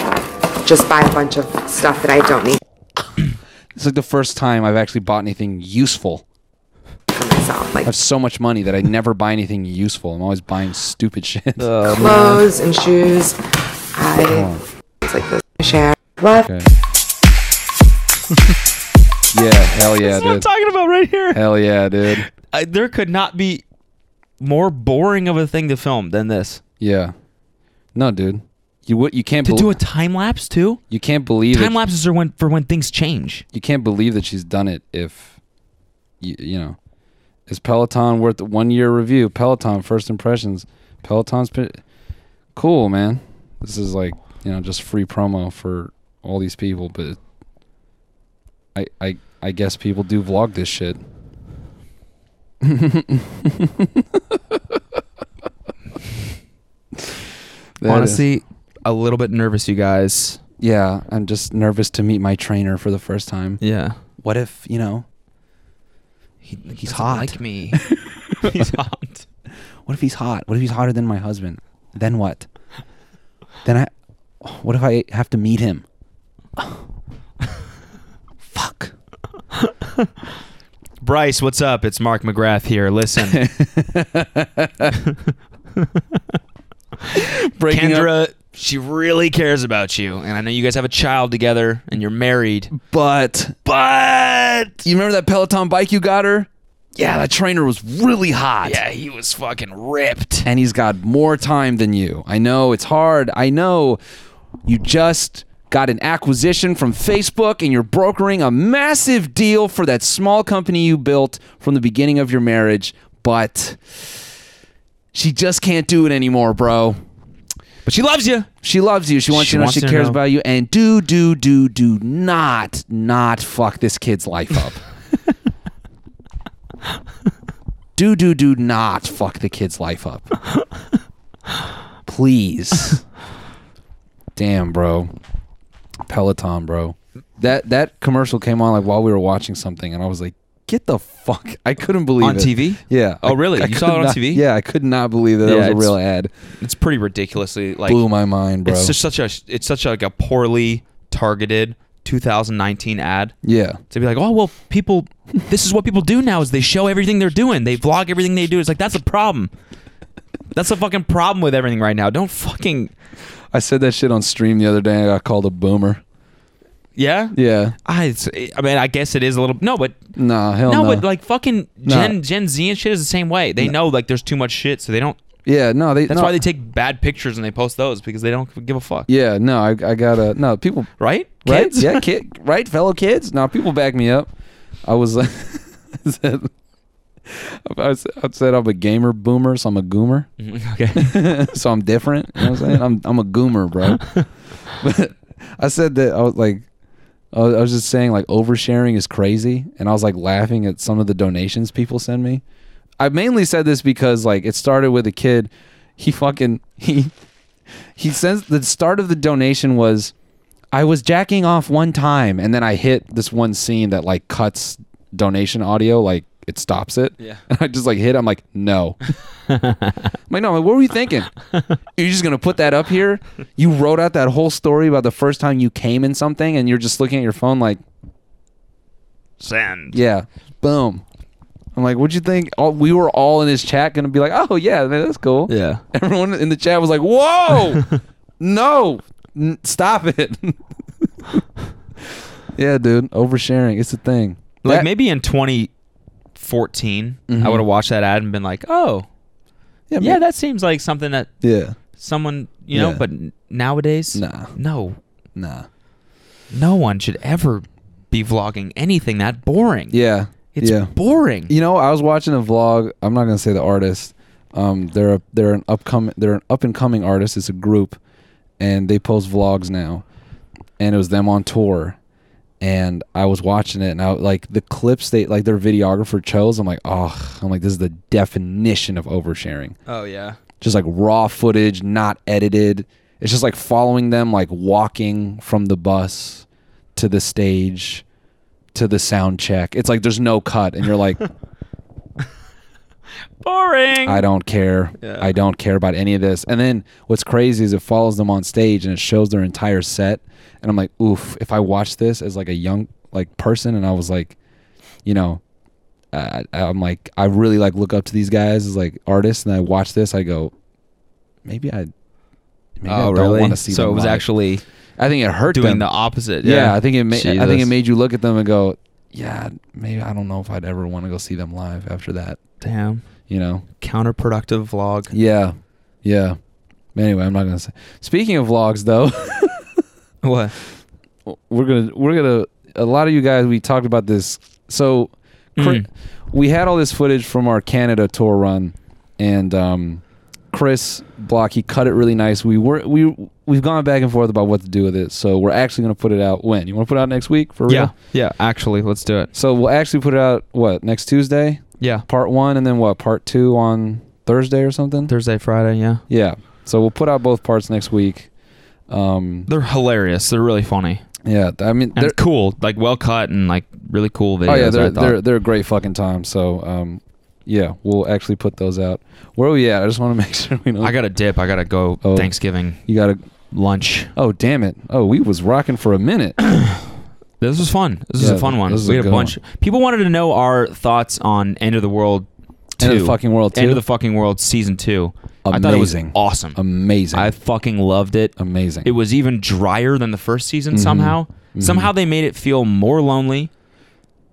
just buy a bunch of stuff that I don't need it's like the first time I've actually bought anything useful. for myself, like I have so much money that I never buy anything useful. I'm always buying stupid <laughs> shit. Oh, clothes and shoes. I it's like this share. What? Okay. <laughs> yeah, hell yeah, That's what I'm dude. talking about right here. Hell yeah, dude. I, there could not be more boring of a thing to film than this. Yeah. No, dude. You would you can't To bel- do a time lapse too. you can't believe it. Time lapses are when for when things change. you can't believe that she's done it if you, you know is peloton worth the one year review peloton first impressions peloton's pe- cool man this is like you know just free promo for all these people but i i i guess people do vlog this shit <laughs> That is- Honestly, a little bit nervous, you guys. yeah i'm just nervous to meet my trainer for the first time Yeah. what if you know He, he's hot. Like me. <laughs> he's hot. what if he's hot? What if he's hotter than my husband? Then what? Then I what if I have to meet him? Fuck. Bryce, what's up? It's Mark McGrath here. <laughs> Listen, Breaking Kendra, she really cares about you, and I know you guys have a child together and you're married. but But you remember that Peloton bike you got her? Yeah, that trainer was really hot. yeah, he was fucking ripped. And he's got more time than you. I know it's hard. I know you just got an acquisition from Facebook and you're brokering a massive deal for that small company you built from the beginning of your marriage, but she just can't do it anymore, bro. But she loves you. She loves you. She wants She you to know wants she to cares know. about you. And do, do, do, do not, not fuck this kid's life <laughs> up. do, do, do not fuck the kid's life up. <laughs> Please. Damn, bro. Peloton, bro. That that commercial came on like while we were watching something, and I was like, "Get the fuck!" I couldn't believe On it. TV? Yeah. Oh, I- really? I You saw could it on not- TV? Yeah, I could not believe that Yeah, that was a it's- real ad. It's pretty ridiculously like Blew my mind, bro. it's just such a it's such a, like a poorly targeted 2019 ad yeah. to be like, oh well, people, this is what people do now is they show everything they're doing, they vlog everything they do. It's like that's a problem. That's a fucking problem with everything right now. Don't fucking I said that shit on stream the other day. and I got called a boomer. yeah Yeah. I, it's, I mean, I guess it is a little no, but Nah, hell no, no. but like fucking No. Gen Gen Z and shit is the same way. They know like there's too much shit, so they don't. yeah, no. They, That's no. why they take bad pictures and they post those because they don't give a fuck. Yeah, no. I, I gotta no people. Right? Right? Kids? Yeah, kid. Right, fellow kids. No, people back me up. I was. <laughs> I said, I was- I said I'm a gamer boomer, so I'm a goomer, <laughs> okay. <laughs> so I'm different. You know what I'm saying? I'm I'm a goomer, bro. But I said that I was like, I was I was just saying like oversharing is crazy, and I was like laughing at some of the donations people send me. I mainly said this because like it started with a kid. He fucking <laughs> he he sends the start of the donation was I was jacking off one time and then I hit this one scene that like cuts donation audio, like it stops it. Yeah. <laughs> And I just like hit. I'm like, no. I'm like, no. I'm like, what were you thinking? You're just gonna put that up <laughs> here? You wrote out that whole story about the first time you came in something, and you're just looking at your phone like, Send. yeah, boom. I'm like, what'd you think? All, we were all in this chat gonna be like, oh yeah, man, that's cool. Yeah. <laughs> Everyone in the chat was like, <laughs> whoa, no, N- stop it. <laughs> yeah, dude, oversharing, it's a thing. Like That- Mm-hmm. maybe in 2014, I would have watched that ad and been like, oh, yeah, yeah, ma- that seems like something that yeah, someone, you know, Yeah. but n- nowadays, Nah. no, nah, no one should ever be vlogging anything that boring. yeah, It's yeah. boring. You know, I was watching a vlog. I'm not gonna say the artist. Um, they're a, they're an upcoming they're an up and coming artist. It's a group, and they post vlogs now. And it was them on tour, and I was watching it, and I like the clips they like their videographer chose. I'm like, oh, I'm like this is the definition of oversharing. Oh, yeah. Just like raw footage, not edited. It's just like following them, like walking from the bus to the stage to the sound check. It's like there's no cut, and you're like. Boring. I don't care. I don't care about any of this. And then what's crazy is it follows them on stage and it shows their entire set. And I'm like, oof, if I watched this as like a young like person and I was like, you know, I, I- I'm like, I really like look up to these guys as like artists. And I watch this, I go, maybe I, maybe Oh, I don't want to see so them it was live. actually I think it hurt doing them. the opposite. yeah, I think it made, I think it Jesus. made you look at them and go, yeah, maybe I don't know if I'd ever want to go see them live after that, damn you know? counterproductive vlog. Yeah. Yeah. Anyway, I'm not gonna say. Speaking of vlogs, though, <laughs> What? we're gonna we're gonna a lot of you guys we talked about this. So, Chri- Mm. we had all this footage from our Canada tour run, and um, Chris Block he cut it really nice. We were we we've gone back and forth about what to do with it. So we're actually gonna put it out when you want to put it out next week for real. Yeah, yeah. Actually, let's do it. So we'll actually put it out what next Tuesday, Yeah, part one, and then what part two on Thursday or something. Thursday, Friday. Yeah, yeah. So we'll put out both parts next week. Um, they're hilarious. They're really funny Yeah, th- I mean, and they're, cool. Like well cut and like really cool videos. oh yeah, I they're thought. they're they're a great fucking time. So, um, yeah, we'll actually put those out. Where are we at? I just want to <laughs> make sure we know. I got to dip. I got to go Oh. Thanksgiving you got to. lunch. Oh damn it! Oh, we was rocking for a <clears throat> minute. This was fun. This Yeah, was a fun one. this is We a had a good bunch. People wanted to know our thoughts on End of the World. Two. End of the Fucking World End 2? of the fucking world season two. I thought it was Amazing. awesome. Amazing. I fucking loved it. Amazing. It was even drier than the first season Mm-hmm. somehow. Somehow they made it feel more lonely,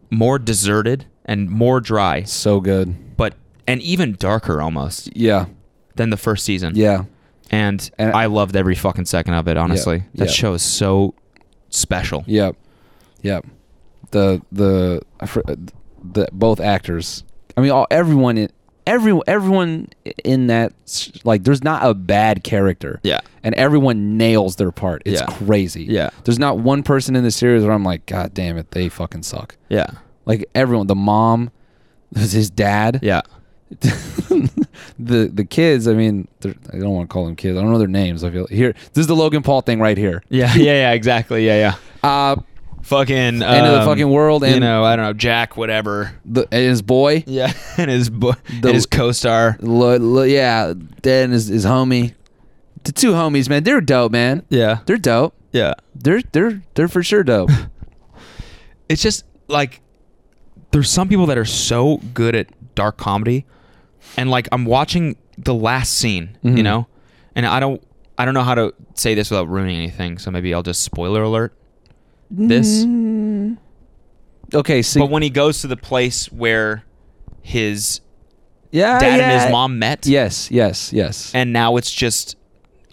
more deserted, and more dry, so good. but and even darker almost Yeah, than the first season. yeah, And, And- I loved every fucking second of it, honestly. that yeah. show is so special. yep, yep. The the I fr- the both actors. I mean, all everyone in every everyone in that s- like there's not a bad character. Yeah. and everyone nails their part. It's Yeah. crazy. Yeah. There's not one person in the series where I'm like, God damn it, they fucking suck. Yeah. Like everyone, the mom, <laughs> there's his dad, Yeah. <laughs> the the kids. I mean, they're- I don't want to call them kids. I don't know their names. I feel here. This is the Logan Paul thing right here. Yeah. <laughs> Yeah. Yeah. Exactly. Yeah. Yeah. Uh, Fucking end End of the fucking world you and- know, I don't know, Jack, whatever. the and his boy. Yeah, <laughs> and his bo- The- and his co-star. Lo, lo, yeah, then his his homie. The two homies, man, they're dope, man. Yeah. They're dope. Yeah. They're they're they're for sure <laughs> dope. it's just like there's some people that are so good at dark comedy and like i'm watching the last scene Mm-hmm. you know and i don't i don't know how to say this without ruining anything so maybe i'll just spoiler alert this Mm-hmm. Okay, so but when he goes to the place where his yeah, dad and yeah. his mom met Yes, yes, yes. and now it's just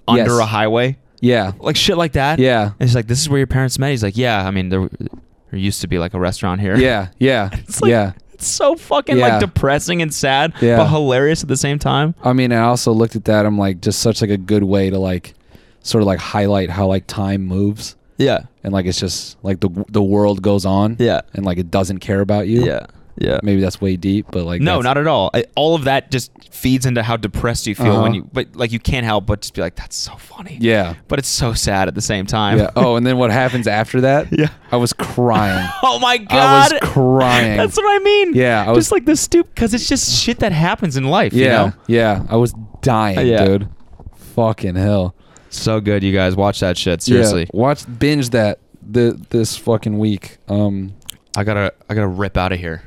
under Yes. a highway yeah, like shit like that Yeah. and he's like this is where your parents met he's like yeah i mean there, there used to be like a restaurant here yeah, yeah, <laughs> It's like, yeah. It's so fucking Yeah. like depressing and sad, Yeah. but hilarious at the same time. I mean, I also looked at that. I'm like, just such like a good way to like, sort of like highlight how like time moves Yeah. and like it's just like the the world goes on. Yeah. and like it doesn't care about you. Yeah. Yeah. Maybe that's way deep, but like No, that's- not at all. I, all of that just feeds into how depressed you feel Uh-huh. when you, but like you can't help but just be like, that's so funny. Yeah. But it's so sad at the same <laughs> time. <laughs> Yeah. Oh, and then what happens after that? Yeah. I was crying. Oh my I god. was crying. <laughs> That's what I mean. Yeah, I was- just like the stupid, because it's just shit that happens in life. you yeah. know? Yeah. I was dying, Yeah. dude. Fucking hell. So good, you guys. Watch that shit. Seriously. Yeah. Watch binge that the this fucking week. Um I gotta, I gotta rip out of here.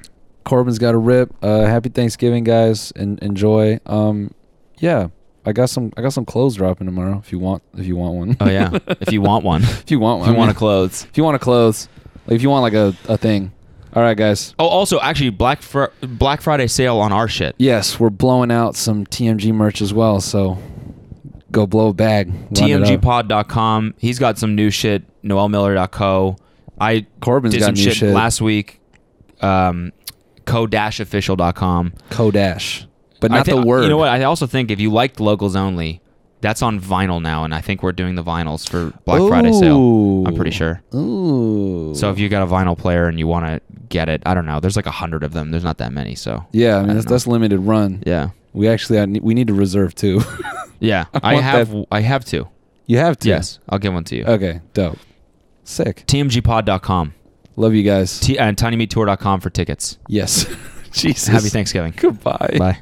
Corbin's got a rip. Uh happy Thanksgiving guys and enjoy. Um yeah. I got some I got some clothes dropping tomorrow if you want if you want one. Oh <laughs> yeah. if you want one, <laughs> if if you want one. you I want mean, a clothes. If you want a clothes. Like if you want like a, a thing. All right guys. Oh, also, actually, Black Fr- Black Friday sale on our shit. Yes, we're blowing out some TMG merch as well, so go blow a bag. Run it up. TMGpod.com. He's got some new shit. NoelMiller.co. I Corbin's did got some new shit, shit. last week. Um, co-official.com. Kodash. But not I thi- the word. You know what? I also think if you liked locals only, that's on vinyl now, and I think we're doing the vinyls for Black Friday sale. I'm pretty Ooh. sure. Ooh. So if you got a vinyl player and you want to get it, I don't know. There's like a hundred of them. There's not that many. So yeah, I mean don't that's, know. that's limited run. yeah, We actually I, ne- we need to reserve two. yeah. I, want have that. I have two. <laughs> you have to. Yes, I'll give one to you. Okay. Dope. Sick. TMGpod.com Love you guys. <laughs> T- and tinymeattour.com for tickets. yes. Jesus. Happy Thanksgiving. Goodbye. Bye.